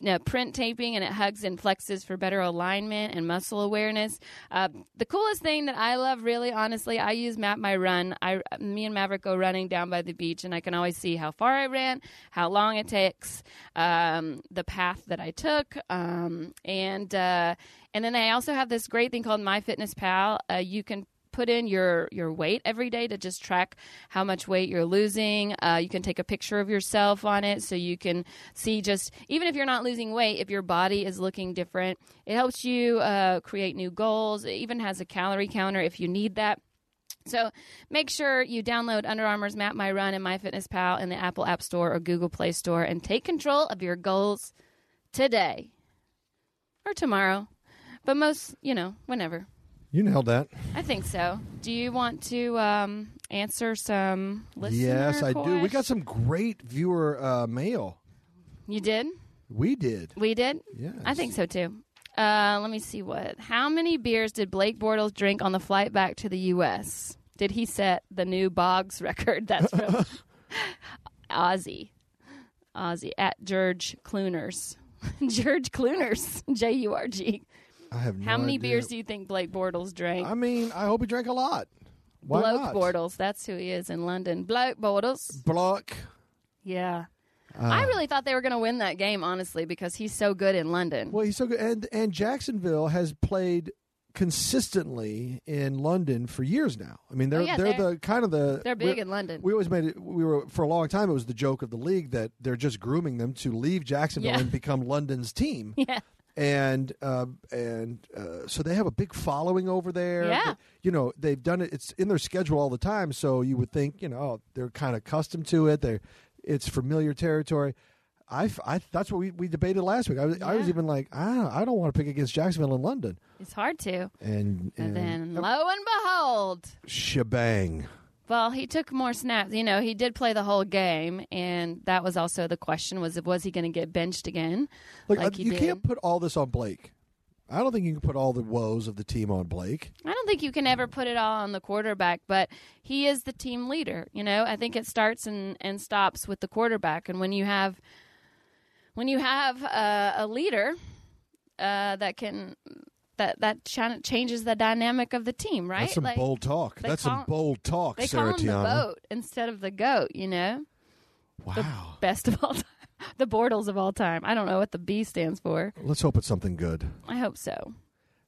[SPEAKER 2] no, uh, print taping and it hugs and flexes for better alignment and muscle awareness. Uh, the coolest thing that I love, really, honestly, I use Map My Run. I, me and Maverick go running down by the beach, and I can always see how far I ran, how long it takes, um, the path that I took, um, and uh, and then I also have this great thing called MyFitnessPal. Uh, you can put in your your weight every day to just track how much weight you're losing uh, you can take a picture of yourself on it so you can see just even if you're not losing weight if your body is looking different it helps you uh, create new goals it even has a calorie counter if you need that so make sure you download Under Armour's Map My Run and MyFitnessPal in the Apple App Store or Google Play Store and take control of your goals today or tomorrow, but most, you know, whenever.
[SPEAKER 1] You nailed that.
[SPEAKER 2] I think so. Do you want to um, answer some listener
[SPEAKER 1] yes, I do. We got
[SPEAKER 2] questions?
[SPEAKER 1] some great viewer uh, mail.
[SPEAKER 2] You did?
[SPEAKER 1] We did.
[SPEAKER 2] We did?
[SPEAKER 1] Yes.
[SPEAKER 2] I think so too. Uh, let me see what. How many beers did Blake Bortles drink on the flight back to the U.S.? Did he set the new Boggs record? That's from Ozzy. Ozzy at George Clooners. George Clooners. J U R G.
[SPEAKER 1] I have no
[SPEAKER 2] How many
[SPEAKER 1] idea.
[SPEAKER 2] beers do you think Blake Bortles drank?
[SPEAKER 1] I mean, I hope he drank a lot. Why
[SPEAKER 2] Bloke
[SPEAKER 1] not?
[SPEAKER 2] Bortles. That's who he is in London. Bloke Bortles.
[SPEAKER 1] Block.
[SPEAKER 2] Yeah.
[SPEAKER 1] Uh,
[SPEAKER 2] I really thought they were going to win that game, honestly, because he's so good in London.
[SPEAKER 1] Well, he's so good, and and Jacksonville has played consistently in London for years now. I mean, they're
[SPEAKER 2] Oh, yeah,
[SPEAKER 1] they're,
[SPEAKER 2] they're-
[SPEAKER 1] the kind of the
[SPEAKER 2] They're big
[SPEAKER 1] we're-
[SPEAKER 2] in London.
[SPEAKER 1] We always made it. We were for a long time. It was the joke of the league that they're just grooming them to leave Jacksonville
[SPEAKER 2] Yeah.
[SPEAKER 1] and become London's team.
[SPEAKER 2] yeah.
[SPEAKER 1] and uh, and uh, so they have a big following over there.
[SPEAKER 2] Yeah.
[SPEAKER 1] you know they've done it. It's in their schedule all the time, so you would think you know oh, they're kind of accustomed to it. They, it's familiar territory. I, f- I- that's what we, we debated last week. I was, I was
[SPEAKER 2] Yeah.
[SPEAKER 1] even like, I don't, I don't want to pick against Jacksonville in London,
[SPEAKER 2] It's hard to.
[SPEAKER 1] and,
[SPEAKER 2] And
[SPEAKER 1] and
[SPEAKER 2] then, lo and behold,
[SPEAKER 1] shebang.
[SPEAKER 2] well, he took more snaps. You know, he did play the whole game, and that was also the question: was was he going to get benched again?
[SPEAKER 1] Like,
[SPEAKER 2] Like
[SPEAKER 1] I-
[SPEAKER 2] he
[SPEAKER 1] you can't
[SPEAKER 2] did.
[SPEAKER 1] put all this on Blake. I don't think you can put all the woes of the team on Blake.
[SPEAKER 2] I don't think you can ever put it all on the quarterback, but he is the team leader. You know, I think it starts and, and stops with the quarterback. And when you have when you have uh, a leader uh, that can that that ch- changes the dynamic of the team, right?
[SPEAKER 1] That's some bold talk.
[SPEAKER 2] they
[SPEAKER 1] That's
[SPEAKER 2] call-
[SPEAKER 1] some bold talk,
[SPEAKER 2] they
[SPEAKER 1] Sarah
[SPEAKER 2] call him the
[SPEAKER 1] Tiana.
[SPEAKER 2] boat instead of the goat. You know,
[SPEAKER 1] Wow.
[SPEAKER 2] best of all time, the Bortles of all time. I don't know what the B stands for.
[SPEAKER 1] Let's hope it's something good.
[SPEAKER 2] I hope so.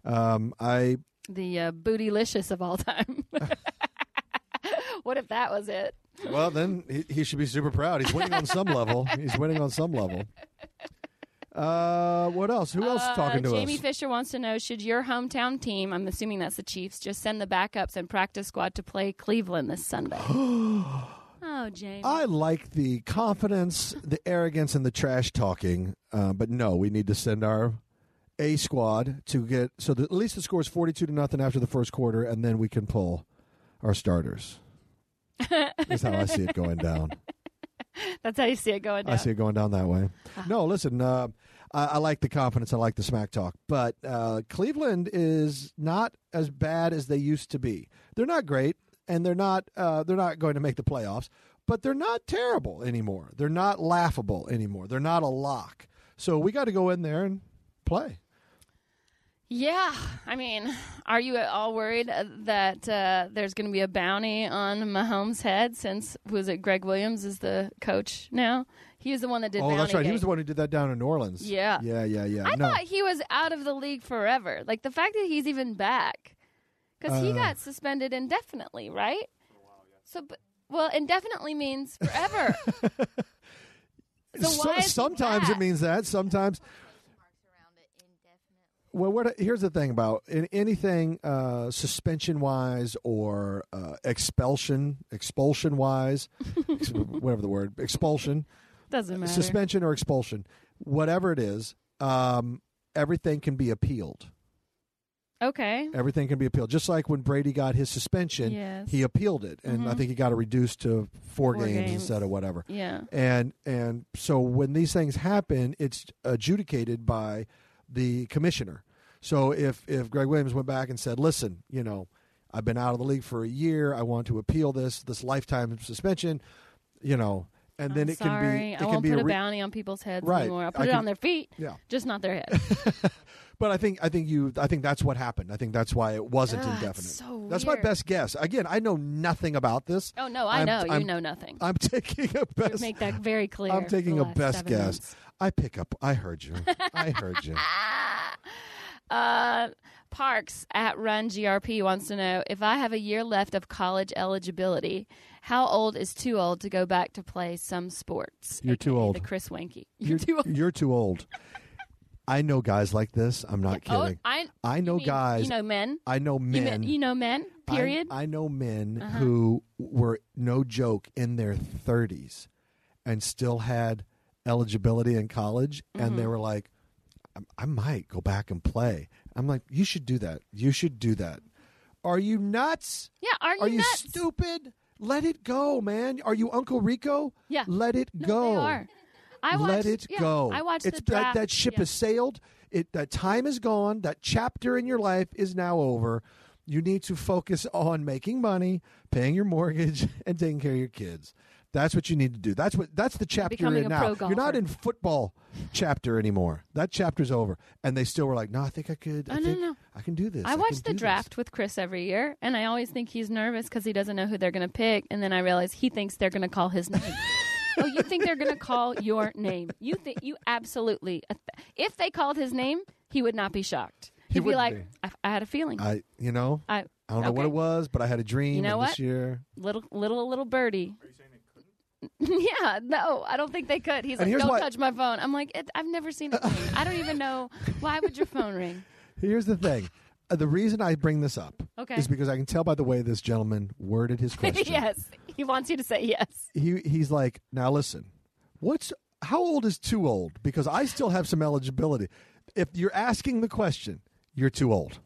[SPEAKER 1] Um, I
[SPEAKER 2] The uh, bootylicious of all time. what if that was it?
[SPEAKER 1] well, then he, he should be super proud. He's winning on some level. He's winning on some level. Uh, what else? Who else is talking
[SPEAKER 2] Uh,
[SPEAKER 1] to
[SPEAKER 2] Jamie
[SPEAKER 1] us?
[SPEAKER 2] Fisher wants to know: Should your hometown team, I'm assuming that's the Chiefs, just send the backups and practice squad to play Cleveland this Sunday? oh, Jamie,
[SPEAKER 1] I like the confidence, the arrogance, and the trash talking. Uh, but no, we need to send our A squad to get so that at least the score is forty-two to nothing after the first quarter, and then we can pull our starters. That's how I see it going down.
[SPEAKER 2] that's how you see it going down.
[SPEAKER 1] I see it going down that way.
[SPEAKER 2] Ah.
[SPEAKER 1] No, listen, uh, I, I like the confidence. I like the smack talk. But uh, Cleveland is not as bad as they used to be. They're not great, and they're not uh, they're not going to make the playoffs. But they're not terrible anymore. They're not laughable anymore. They're not a lock. So we got to go in there and play.
[SPEAKER 2] Yeah, I mean, are you at all worried uh, that uh, there's going to be a bounty on Mahomes' head since was it Greg Williams is the coach now? He was the one that did.
[SPEAKER 1] oh, that's
[SPEAKER 2] bounty
[SPEAKER 1] right. He
[SPEAKER 2] gate.
[SPEAKER 1] was the one who did that down in New Orleans.
[SPEAKER 2] Yeah.
[SPEAKER 1] yeah, yeah, yeah.
[SPEAKER 2] I
[SPEAKER 1] no.
[SPEAKER 2] thought he was out of the league forever. Like the fact that he's even back, because he
[SPEAKER 1] Uh.
[SPEAKER 2] got suspended indefinitely, right? So, but, well, indefinitely means forever. So why is he
[SPEAKER 1] sometimes it
[SPEAKER 2] back?
[SPEAKER 1] means that. Sometimes
[SPEAKER 3] around it indefinitely.
[SPEAKER 1] Well, what here's the thing about in anything uh, suspension wise or uh, expulsion, expulsion wise, ex- whatever the word, expulsion,
[SPEAKER 2] Doesn't matter.
[SPEAKER 1] suspension or expulsion, whatever it is, um, everything can be appealed.
[SPEAKER 2] okay.
[SPEAKER 1] Everything can be appealed. Just like when Brady got his suspension,
[SPEAKER 2] Yes. Mm-hmm.
[SPEAKER 1] he appealed it, and I think he got it reduced to four,
[SPEAKER 2] Four
[SPEAKER 1] games,
[SPEAKER 2] games.
[SPEAKER 1] instead of whatever.
[SPEAKER 2] Yeah.
[SPEAKER 1] And and so when these things happen, it's adjudicated by the commissioner. So if if Greg Williams went back and said, "Listen, you know, I've been out of the league for a year. I want to appeal this this lifetime suspension," you know, and then
[SPEAKER 2] I'm
[SPEAKER 1] it can
[SPEAKER 2] sorry.
[SPEAKER 1] be it
[SPEAKER 2] I
[SPEAKER 1] can
[SPEAKER 2] won't
[SPEAKER 1] be
[SPEAKER 2] put
[SPEAKER 1] a
[SPEAKER 2] a
[SPEAKER 1] re-
[SPEAKER 2] bounty on people's heads
[SPEAKER 1] Right.
[SPEAKER 2] anymore. I'll
[SPEAKER 1] I
[SPEAKER 2] put it
[SPEAKER 1] can-
[SPEAKER 2] on their feet.
[SPEAKER 1] Yeah.
[SPEAKER 2] Just not their head.
[SPEAKER 1] But I think I think you I think that's what happened. I think that's why it wasn't
[SPEAKER 2] Ugh, Ah, it's
[SPEAKER 1] indefinite.
[SPEAKER 2] so
[SPEAKER 1] that's my
[SPEAKER 2] weird.
[SPEAKER 1] best guess. Again, I know nothing about this.
[SPEAKER 2] oh no, I
[SPEAKER 1] I'm-
[SPEAKER 2] know. you
[SPEAKER 1] I'm-
[SPEAKER 2] know nothing.
[SPEAKER 1] I'm taking a
[SPEAKER 2] To
[SPEAKER 1] best
[SPEAKER 2] make that very clear.
[SPEAKER 1] I'm taking
[SPEAKER 2] the
[SPEAKER 1] a
[SPEAKER 2] last
[SPEAKER 1] best
[SPEAKER 2] seven
[SPEAKER 1] guess.
[SPEAKER 2] months.
[SPEAKER 1] I pick up. I heard you. I heard you.
[SPEAKER 2] Uh, Parks at Run GRP wants to know if I have a year left of college eligibility, how old is too old to go back to play some sports?
[SPEAKER 1] You're too
[SPEAKER 2] AKA
[SPEAKER 1] old.
[SPEAKER 2] The Chris Wanky. You're, too old.
[SPEAKER 1] You're too old. I know guys like this. I'm not
[SPEAKER 2] Oh,
[SPEAKER 1] kidding.
[SPEAKER 2] I,
[SPEAKER 1] I know
[SPEAKER 2] you mean-
[SPEAKER 1] guys.
[SPEAKER 2] You know men.
[SPEAKER 1] I know
[SPEAKER 2] You,
[SPEAKER 1] men.
[SPEAKER 2] men, you know men.
[SPEAKER 1] I-
[SPEAKER 2] Period. Uh-huh.
[SPEAKER 1] I, know men who were no joke in their 30s and still had eligibility in college, and
[SPEAKER 2] Mm-hmm.
[SPEAKER 1] they were like, I, "I might go back and play." I'm like, "You should do that. You should do that." Are you nuts?
[SPEAKER 2] yeah. Are you,
[SPEAKER 1] Are you
[SPEAKER 2] nuts?
[SPEAKER 1] stupid? Let it go, man. Are you Uncle Rico?
[SPEAKER 2] Yeah.
[SPEAKER 1] Let it
[SPEAKER 2] No,
[SPEAKER 1] go.
[SPEAKER 2] They are. I watched,
[SPEAKER 1] Let it
[SPEAKER 2] yeah,
[SPEAKER 1] go.
[SPEAKER 2] I watched
[SPEAKER 1] it's
[SPEAKER 2] the draft.
[SPEAKER 1] That, that ship
[SPEAKER 2] yeah.
[SPEAKER 1] has sailed. It that time is gone. That chapter in your life is now over. You need to focus on making money, paying your mortgage, and taking care of your kids. That's what you need to do. That's what that's the chapter
[SPEAKER 2] Becoming
[SPEAKER 1] you're in
[SPEAKER 2] a
[SPEAKER 1] now.
[SPEAKER 2] pro
[SPEAKER 1] You're not
[SPEAKER 2] golfer.
[SPEAKER 1] in football chapter anymore. That chapter's over. And they still were like, "No, I think I could. I
[SPEAKER 2] Oh, no,
[SPEAKER 1] think
[SPEAKER 2] no.
[SPEAKER 1] I can do this."
[SPEAKER 2] I
[SPEAKER 1] can
[SPEAKER 2] watch the
[SPEAKER 1] do this."
[SPEAKER 2] draft with Chris every year, and I always think he's nervous because he doesn't know who they're going to pick. And then I realize he thinks they're going to call his name. oh, you think they're going to call your name? You think you absolutely? If they called his name, he would not be shocked.
[SPEAKER 1] He
[SPEAKER 2] He'd be
[SPEAKER 1] wouldn't
[SPEAKER 2] like,
[SPEAKER 1] be.
[SPEAKER 2] I, I had a feeling.
[SPEAKER 1] I, you know,
[SPEAKER 2] I
[SPEAKER 1] I don't know what
[SPEAKER 2] okay.
[SPEAKER 1] it was, but I had a dream
[SPEAKER 2] You know
[SPEAKER 1] and this
[SPEAKER 2] what?
[SPEAKER 1] year.
[SPEAKER 2] little little little birdie. yeah, no, I don't think they could. He's
[SPEAKER 1] And
[SPEAKER 2] like,
[SPEAKER 1] here's
[SPEAKER 2] "Don't
[SPEAKER 1] why-
[SPEAKER 2] touch my phone." I'm like, it, "I've never seen it. ring. I don't even know why would your phone ring."
[SPEAKER 1] Here's the thing. Uh, The reason I bring this up
[SPEAKER 2] Okay.
[SPEAKER 1] is because I can tell by the way this gentleman worded his question.
[SPEAKER 2] yes, he wants you to say yes.
[SPEAKER 1] he he's like, now listen, what's how old is too old? Because I still have some eligibility. If you're asking the question, you're too old.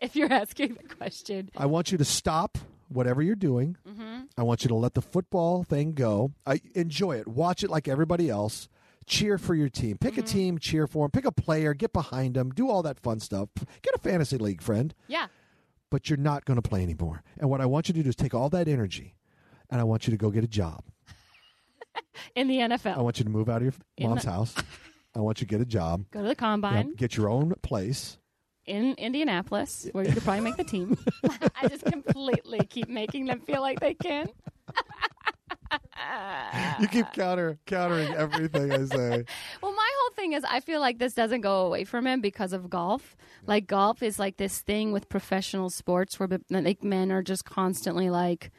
[SPEAKER 2] If you're asking the question,
[SPEAKER 1] I want you to stop whatever you're doing.
[SPEAKER 2] Mm-hmm.
[SPEAKER 1] I want you to let the football thing go. I enjoy it. Watch it like everybody else. Cheer for your team. Pick
[SPEAKER 2] Mm-hmm.
[SPEAKER 1] a team, cheer for them. Pick a player, get behind them, do all that fun stuff. Get a fantasy league friend
[SPEAKER 2] yeah,
[SPEAKER 1] but you're not going to play anymore. And what I want you to do is take all that energy and I want you to go get a job.
[SPEAKER 2] in the
[SPEAKER 1] I
[SPEAKER 2] NFL,
[SPEAKER 1] want you to move out of your
[SPEAKER 2] In
[SPEAKER 1] mom's
[SPEAKER 2] the-
[SPEAKER 1] house. I want you to get a job,
[SPEAKER 2] go to the
[SPEAKER 1] you
[SPEAKER 2] combine
[SPEAKER 1] know, get your own place.
[SPEAKER 2] in Indianapolis, where you could probably make the team. I just completely keep making them feel like they can.
[SPEAKER 1] You keep counter countering everything I say.
[SPEAKER 2] Well, my whole thing is I feel like this doesn't go away from him because of golf. Like golf is like this thing with professional sports where like men are just constantly like,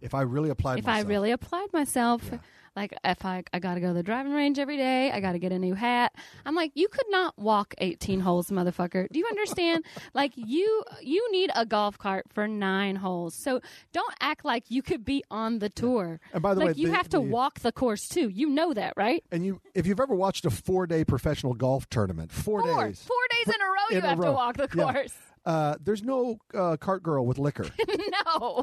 [SPEAKER 1] If I really applied
[SPEAKER 2] if
[SPEAKER 1] myself,
[SPEAKER 2] I really applied myself, like if I I got to go to the driving range every day, I got to get a new hat. I'm like, you could not walk 18 holes, motherfucker. Do you understand? like you you need a golf cart for 9 holes. So don't act like you could be on the tour.
[SPEAKER 1] And by the
[SPEAKER 2] like
[SPEAKER 1] way,
[SPEAKER 2] you
[SPEAKER 1] the-
[SPEAKER 2] have to
[SPEAKER 1] the-
[SPEAKER 2] walk the course too. You know that, right?
[SPEAKER 1] and you if you've ever watched a 4-day professional golf tournament, 4
[SPEAKER 2] Four,
[SPEAKER 1] days.
[SPEAKER 2] four days in a row,
[SPEAKER 1] in
[SPEAKER 2] you
[SPEAKER 1] a
[SPEAKER 2] have
[SPEAKER 1] row.
[SPEAKER 2] to walk the
[SPEAKER 1] Yeah.
[SPEAKER 2] course.
[SPEAKER 1] Uh, there's no uh, cart girl with liquor.
[SPEAKER 2] no, no.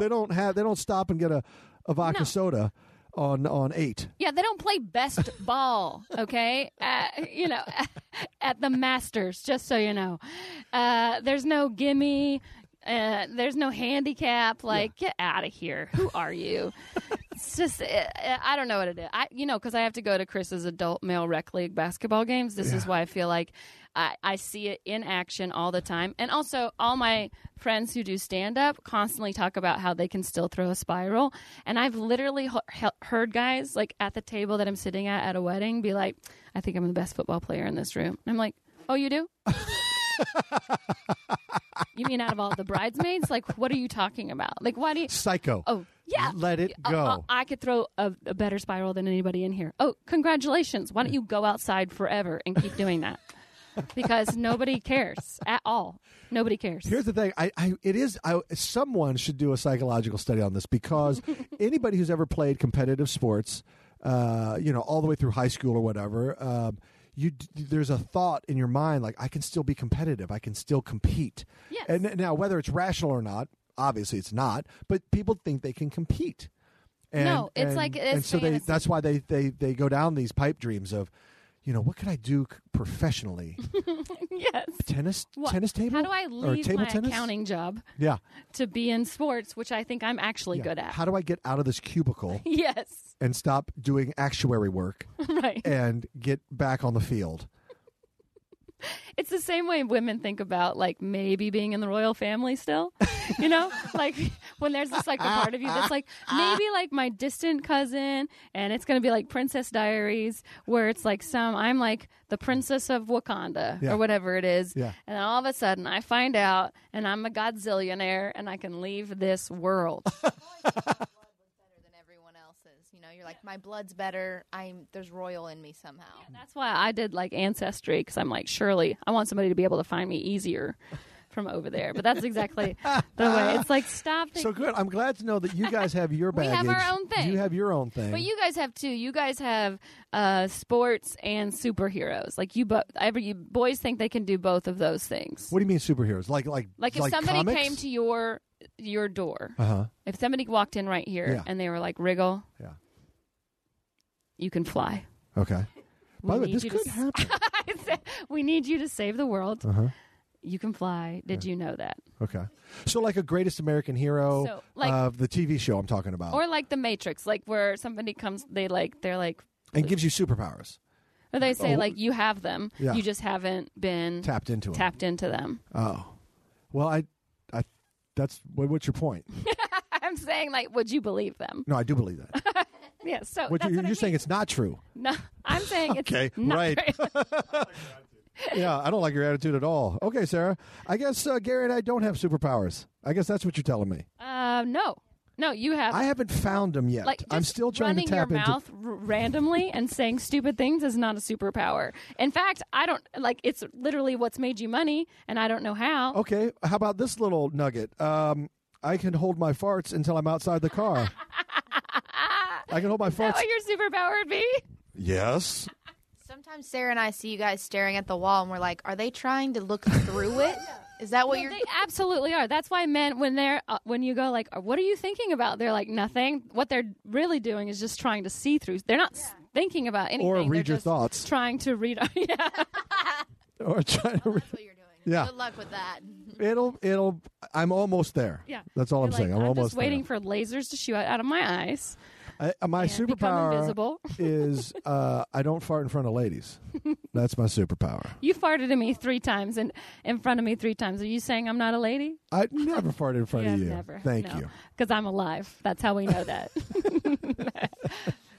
[SPEAKER 1] they don't have they don't stop and get a, a vodka
[SPEAKER 2] No.
[SPEAKER 1] soda on on 8.
[SPEAKER 2] Yeah, they don't play best ball, okay? Uh, you know, at the Masters, just so you know. Uh, there's no gimme. Uh, there's no handicap. Like, get out of here. Who are you? it's just, uh, uh, I don't know what it is. I, you know, because I have to go to Chris's adult male rec league basketball games. This is why I feel like I, I see it in action all the time. And also, all my friends who do stand up constantly talk about how they can still throw a spiral. And I've literally he- he- heard guys like at the table that I'm sitting at at a wedding be like, I think I'm the best football player in this room. And I'm like, oh, you do? you mean out of all the bridesmaids? Like, what are you talking about? Like, why do you.
[SPEAKER 1] Psycho.
[SPEAKER 2] Oh, yeah.
[SPEAKER 1] Let it
[SPEAKER 2] Uh,
[SPEAKER 1] go.
[SPEAKER 2] uh, I could throw a, a better spiral than anybody in here. Oh, congratulations. Why don't you go outside forever and keep doing that? Because nobody cares at all. Nobody cares.
[SPEAKER 1] Here's the thing. I, I it is I, someone should do a psychological study on this because anybody who's ever played competitive sports, uh, you know, all the way through high school or whatever, um, you d- there's a thought in your mind like I can still be competitive. I can still compete.
[SPEAKER 2] Yes.
[SPEAKER 1] And n- now whether it's rational or not, obviously it's not, but people think they can compete. And,
[SPEAKER 2] No, it's
[SPEAKER 1] and-
[SPEAKER 2] like it's
[SPEAKER 1] and so they
[SPEAKER 2] fantasy.
[SPEAKER 1] that's why they, they they go down these pipe dreams of, you know, what could I do c- professionally?
[SPEAKER 2] yes.
[SPEAKER 1] tennis
[SPEAKER 2] What-
[SPEAKER 1] tennis table?
[SPEAKER 2] How do I
[SPEAKER 1] Or
[SPEAKER 2] leave
[SPEAKER 1] table
[SPEAKER 2] my
[SPEAKER 1] tennis?
[SPEAKER 2] accounting job
[SPEAKER 1] Yeah.
[SPEAKER 2] to be in sports, which I think I'm actually
[SPEAKER 1] Yeah.
[SPEAKER 2] good at?
[SPEAKER 1] How do I get out of this cubicle
[SPEAKER 2] yes.
[SPEAKER 1] and stop doing actuary work
[SPEAKER 2] Right.
[SPEAKER 1] and get back on the field?
[SPEAKER 2] It's the same way women think about like maybe being in the royal family still. You know? like when there's this like a part of you that's like maybe like my distant cousin and it's gonna be like Princess Diaries where it's like some I'm like the princess of Wakanda
[SPEAKER 1] Yeah.
[SPEAKER 2] or whatever it is.
[SPEAKER 1] Yeah.
[SPEAKER 2] And all of a sudden I find out and I'm a godzillionaire and I can leave this world.
[SPEAKER 3] better than everyone else's. You know, you're like, my blood's better. I'm there's royal in me somehow.
[SPEAKER 2] That's why I did like ancestry because I'm like, surely I want somebody to be able to find me easier from over there. But that's exactly the way. It's like stop.
[SPEAKER 1] So
[SPEAKER 2] thinking-
[SPEAKER 1] good. I'm glad to know that you guys have your
[SPEAKER 2] We
[SPEAKER 1] baggage.
[SPEAKER 2] have our own thing.
[SPEAKER 1] You have your own thing.
[SPEAKER 2] but you guys have too. You guys have uh, sports and superheroes. Like you, bo- every you boys think they can do both of those things.
[SPEAKER 1] what do you mean superheroes? Like like
[SPEAKER 2] like if somebody
[SPEAKER 1] comics?
[SPEAKER 2] came to your your door,
[SPEAKER 1] Uh-huh.
[SPEAKER 2] if somebody walked in right here
[SPEAKER 1] Yeah.
[SPEAKER 2] and they were like, "Wriggle,
[SPEAKER 1] Yeah.
[SPEAKER 2] you can fly."
[SPEAKER 1] Okay. By the
[SPEAKER 2] We
[SPEAKER 1] way,
[SPEAKER 2] need
[SPEAKER 1] this
[SPEAKER 2] you
[SPEAKER 1] could
[SPEAKER 2] to s-
[SPEAKER 1] happen.
[SPEAKER 2] I said, we need you to save the world.
[SPEAKER 1] Uh-huh.
[SPEAKER 2] You can fly. Did you know that?
[SPEAKER 1] Okay. So like a greatest American hero
[SPEAKER 2] So, like-
[SPEAKER 1] of the TV show I'm talking about,
[SPEAKER 2] Or like the Matrix, like where somebody comes, they like they're like,
[SPEAKER 1] and gives you superpowers.
[SPEAKER 2] or they say
[SPEAKER 1] Oh.
[SPEAKER 2] like you have them,
[SPEAKER 1] Yeah.
[SPEAKER 2] you just haven't been
[SPEAKER 1] Tapped into it.
[SPEAKER 2] tapped into them.
[SPEAKER 1] Oh, well, I, I, that's what, what's your point?
[SPEAKER 2] I'm saying like, would you believe them?
[SPEAKER 1] No, I do believe that.
[SPEAKER 2] Yeah. So
[SPEAKER 1] What
[SPEAKER 2] that's
[SPEAKER 1] you, you're
[SPEAKER 2] what I mean.
[SPEAKER 1] saying it's not true.
[SPEAKER 2] No, I'm saying it's
[SPEAKER 1] Okay,
[SPEAKER 2] not
[SPEAKER 1] right.
[SPEAKER 2] right.
[SPEAKER 1] yeah, I don't like your attitude at all. Okay, Sarah. I guess uh, Gary and I don't have superpowers. I guess that's what you're telling me.
[SPEAKER 2] Uh, no, no, you have.
[SPEAKER 1] I haven't found them yet.
[SPEAKER 2] like just
[SPEAKER 1] I'm still trying to
[SPEAKER 2] running
[SPEAKER 1] tap
[SPEAKER 2] your
[SPEAKER 1] into.
[SPEAKER 2] mouth r- randomly and saying stupid things is not a superpower. In fact, I don't like it's literally what's made you money, and I don't know how.
[SPEAKER 1] Okay, how about this little nugget? Um, I can hold my farts until I'm outside the car. I can hold my
[SPEAKER 2] Is that
[SPEAKER 1] farts.
[SPEAKER 2] what your superpower would be?
[SPEAKER 1] Yes.
[SPEAKER 3] Sometimes Sarah and I see you guys staring at the wall, and we're like, "Are they trying to look through it? Is that what you're?"
[SPEAKER 2] They absolutely are. That's why men, when they're uh, when you go like, "What are you thinking about?" They're like, "Nothing." What they're really doing is just trying to see through. They're not s thinking about anything.
[SPEAKER 1] Or
[SPEAKER 2] They're
[SPEAKER 1] read your
[SPEAKER 2] just
[SPEAKER 1] thoughts.
[SPEAKER 2] Trying to read. yeah.
[SPEAKER 1] Or trying to. Re-
[SPEAKER 3] That's what you're doing.
[SPEAKER 1] Yeah.
[SPEAKER 3] Good luck with that.
[SPEAKER 1] it'll. It'll. I'm almost there.
[SPEAKER 2] Yeah.
[SPEAKER 1] That's all I'm
[SPEAKER 2] You're
[SPEAKER 1] saying.
[SPEAKER 2] like,
[SPEAKER 1] I'm, almost
[SPEAKER 2] just waiting
[SPEAKER 1] there.
[SPEAKER 2] for lasers to shoot out of my eyes.
[SPEAKER 1] I, uh, my
[SPEAKER 2] and become
[SPEAKER 1] superpower
[SPEAKER 2] invisible.
[SPEAKER 1] is uh, I don't fart in front of ladies. That's my superpower.
[SPEAKER 2] You farted at me three times and in front of me three times. Are you saying I'm not a lady?
[SPEAKER 1] I never fart in front
[SPEAKER 2] yeah,
[SPEAKER 1] of you.
[SPEAKER 2] never.
[SPEAKER 1] Thank you.
[SPEAKER 2] Because I'm alive. That's how we know that.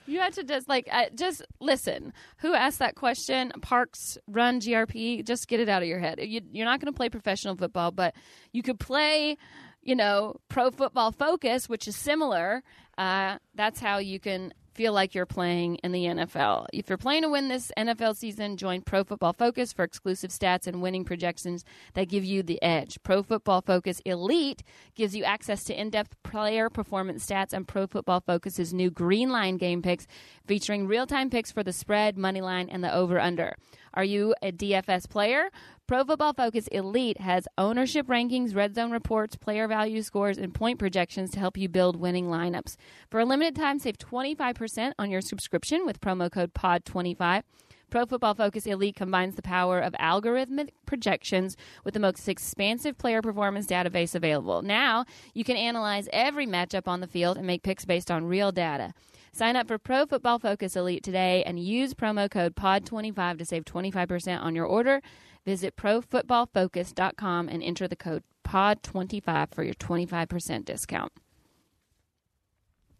[SPEAKER 2] you had to just like uh, just listen. Who asked that question? Parks run GRP. Just get it out of your head. You, you're not going to play professional football, but you could play. You know, pro football focus, which is similar. Uh, that's how you can feel like you're playing in the NFL. If you're playing to win this NFL season, join Pro Football Focus for exclusive stats and winning projections that give you the edge. Pro Football Focus Elite gives you access to in-depth player performance stats and Pro Football Focus's new Green Line game picks featuring real-time picks for the spread, money line, and the over/under. Are you a DFS player? Pro Football Focus Elite has ownership rankings, red zone reports, player value scores, and point projections to help you build winning lineups. For a limited time, save 25% on your subscription with promo code POD25. Pro Football Focus Elite combines the power of algorithmic projections with the most expansive player performance database available. Now, you can analyze every matchup on the field and make picks based on real data. Sign up for Pro Football Focus Elite today and use promo code POD25 to save 25% on your order. Visit profootballfocus.com and enter the code POD25 for your 25% discount.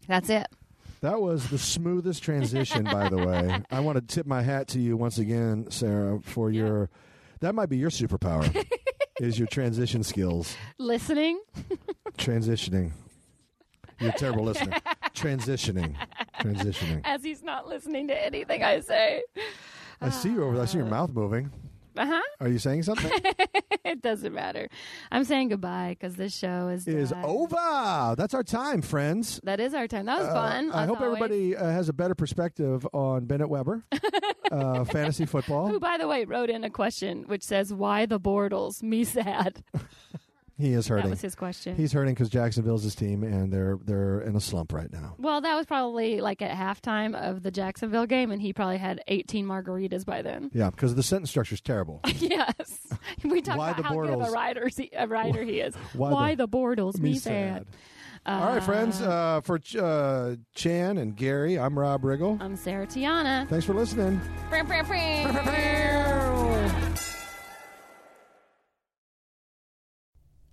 [SPEAKER 2] That's it.
[SPEAKER 1] That was the smoothest transition, by the way. I want to tip my hat to you once again, Sarah, for your. That might be your superpower. is your transition skills,
[SPEAKER 2] Listening?
[SPEAKER 1] transitioning. You're a terrible listener. Transitioning, transitioning.
[SPEAKER 2] As he's not listening to anything I say.
[SPEAKER 1] I see you over. there. I see your mouth moving.
[SPEAKER 2] Uh huh.
[SPEAKER 1] Are you saying something?
[SPEAKER 2] It doesn't matter. I'm saying goodbye because this show is
[SPEAKER 1] is
[SPEAKER 2] done.
[SPEAKER 1] over. That's our time, friends.
[SPEAKER 2] That is our time. That was
[SPEAKER 1] Uh,
[SPEAKER 2] fun.
[SPEAKER 1] I
[SPEAKER 2] as
[SPEAKER 1] hope
[SPEAKER 2] always.
[SPEAKER 1] everybody uh, has a better perspective on Bennett Weber, uh, fantasy
[SPEAKER 2] Who,
[SPEAKER 1] football.
[SPEAKER 2] by the way, wrote in a question which says, "Why the Bortles? Me sad."
[SPEAKER 1] He is
[SPEAKER 2] That
[SPEAKER 1] hurting.
[SPEAKER 2] was his question.
[SPEAKER 1] He's hurting because Jacksonville's his team, and they're they're in a slump right now.
[SPEAKER 2] Well, that was probably like at halftime of the Jacksonville game, and he probably had 18 margaritas by then.
[SPEAKER 1] Yeah, because the sentence structure is terrible.
[SPEAKER 2] yes, we talked
[SPEAKER 1] Why
[SPEAKER 2] about
[SPEAKER 1] the
[SPEAKER 2] how good of
[SPEAKER 1] Bortles?
[SPEAKER 2] a rider, he, a rider he is.
[SPEAKER 1] Why
[SPEAKER 2] Why,
[SPEAKER 1] the-
[SPEAKER 2] the, Bortles? Me sad.
[SPEAKER 1] All right, friends. Uh, for Ch- uh, Chan and Gary, I'm Rob Riggle.
[SPEAKER 2] I'm Sarah Tiana.
[SPEAKER 1] Thanks for listening.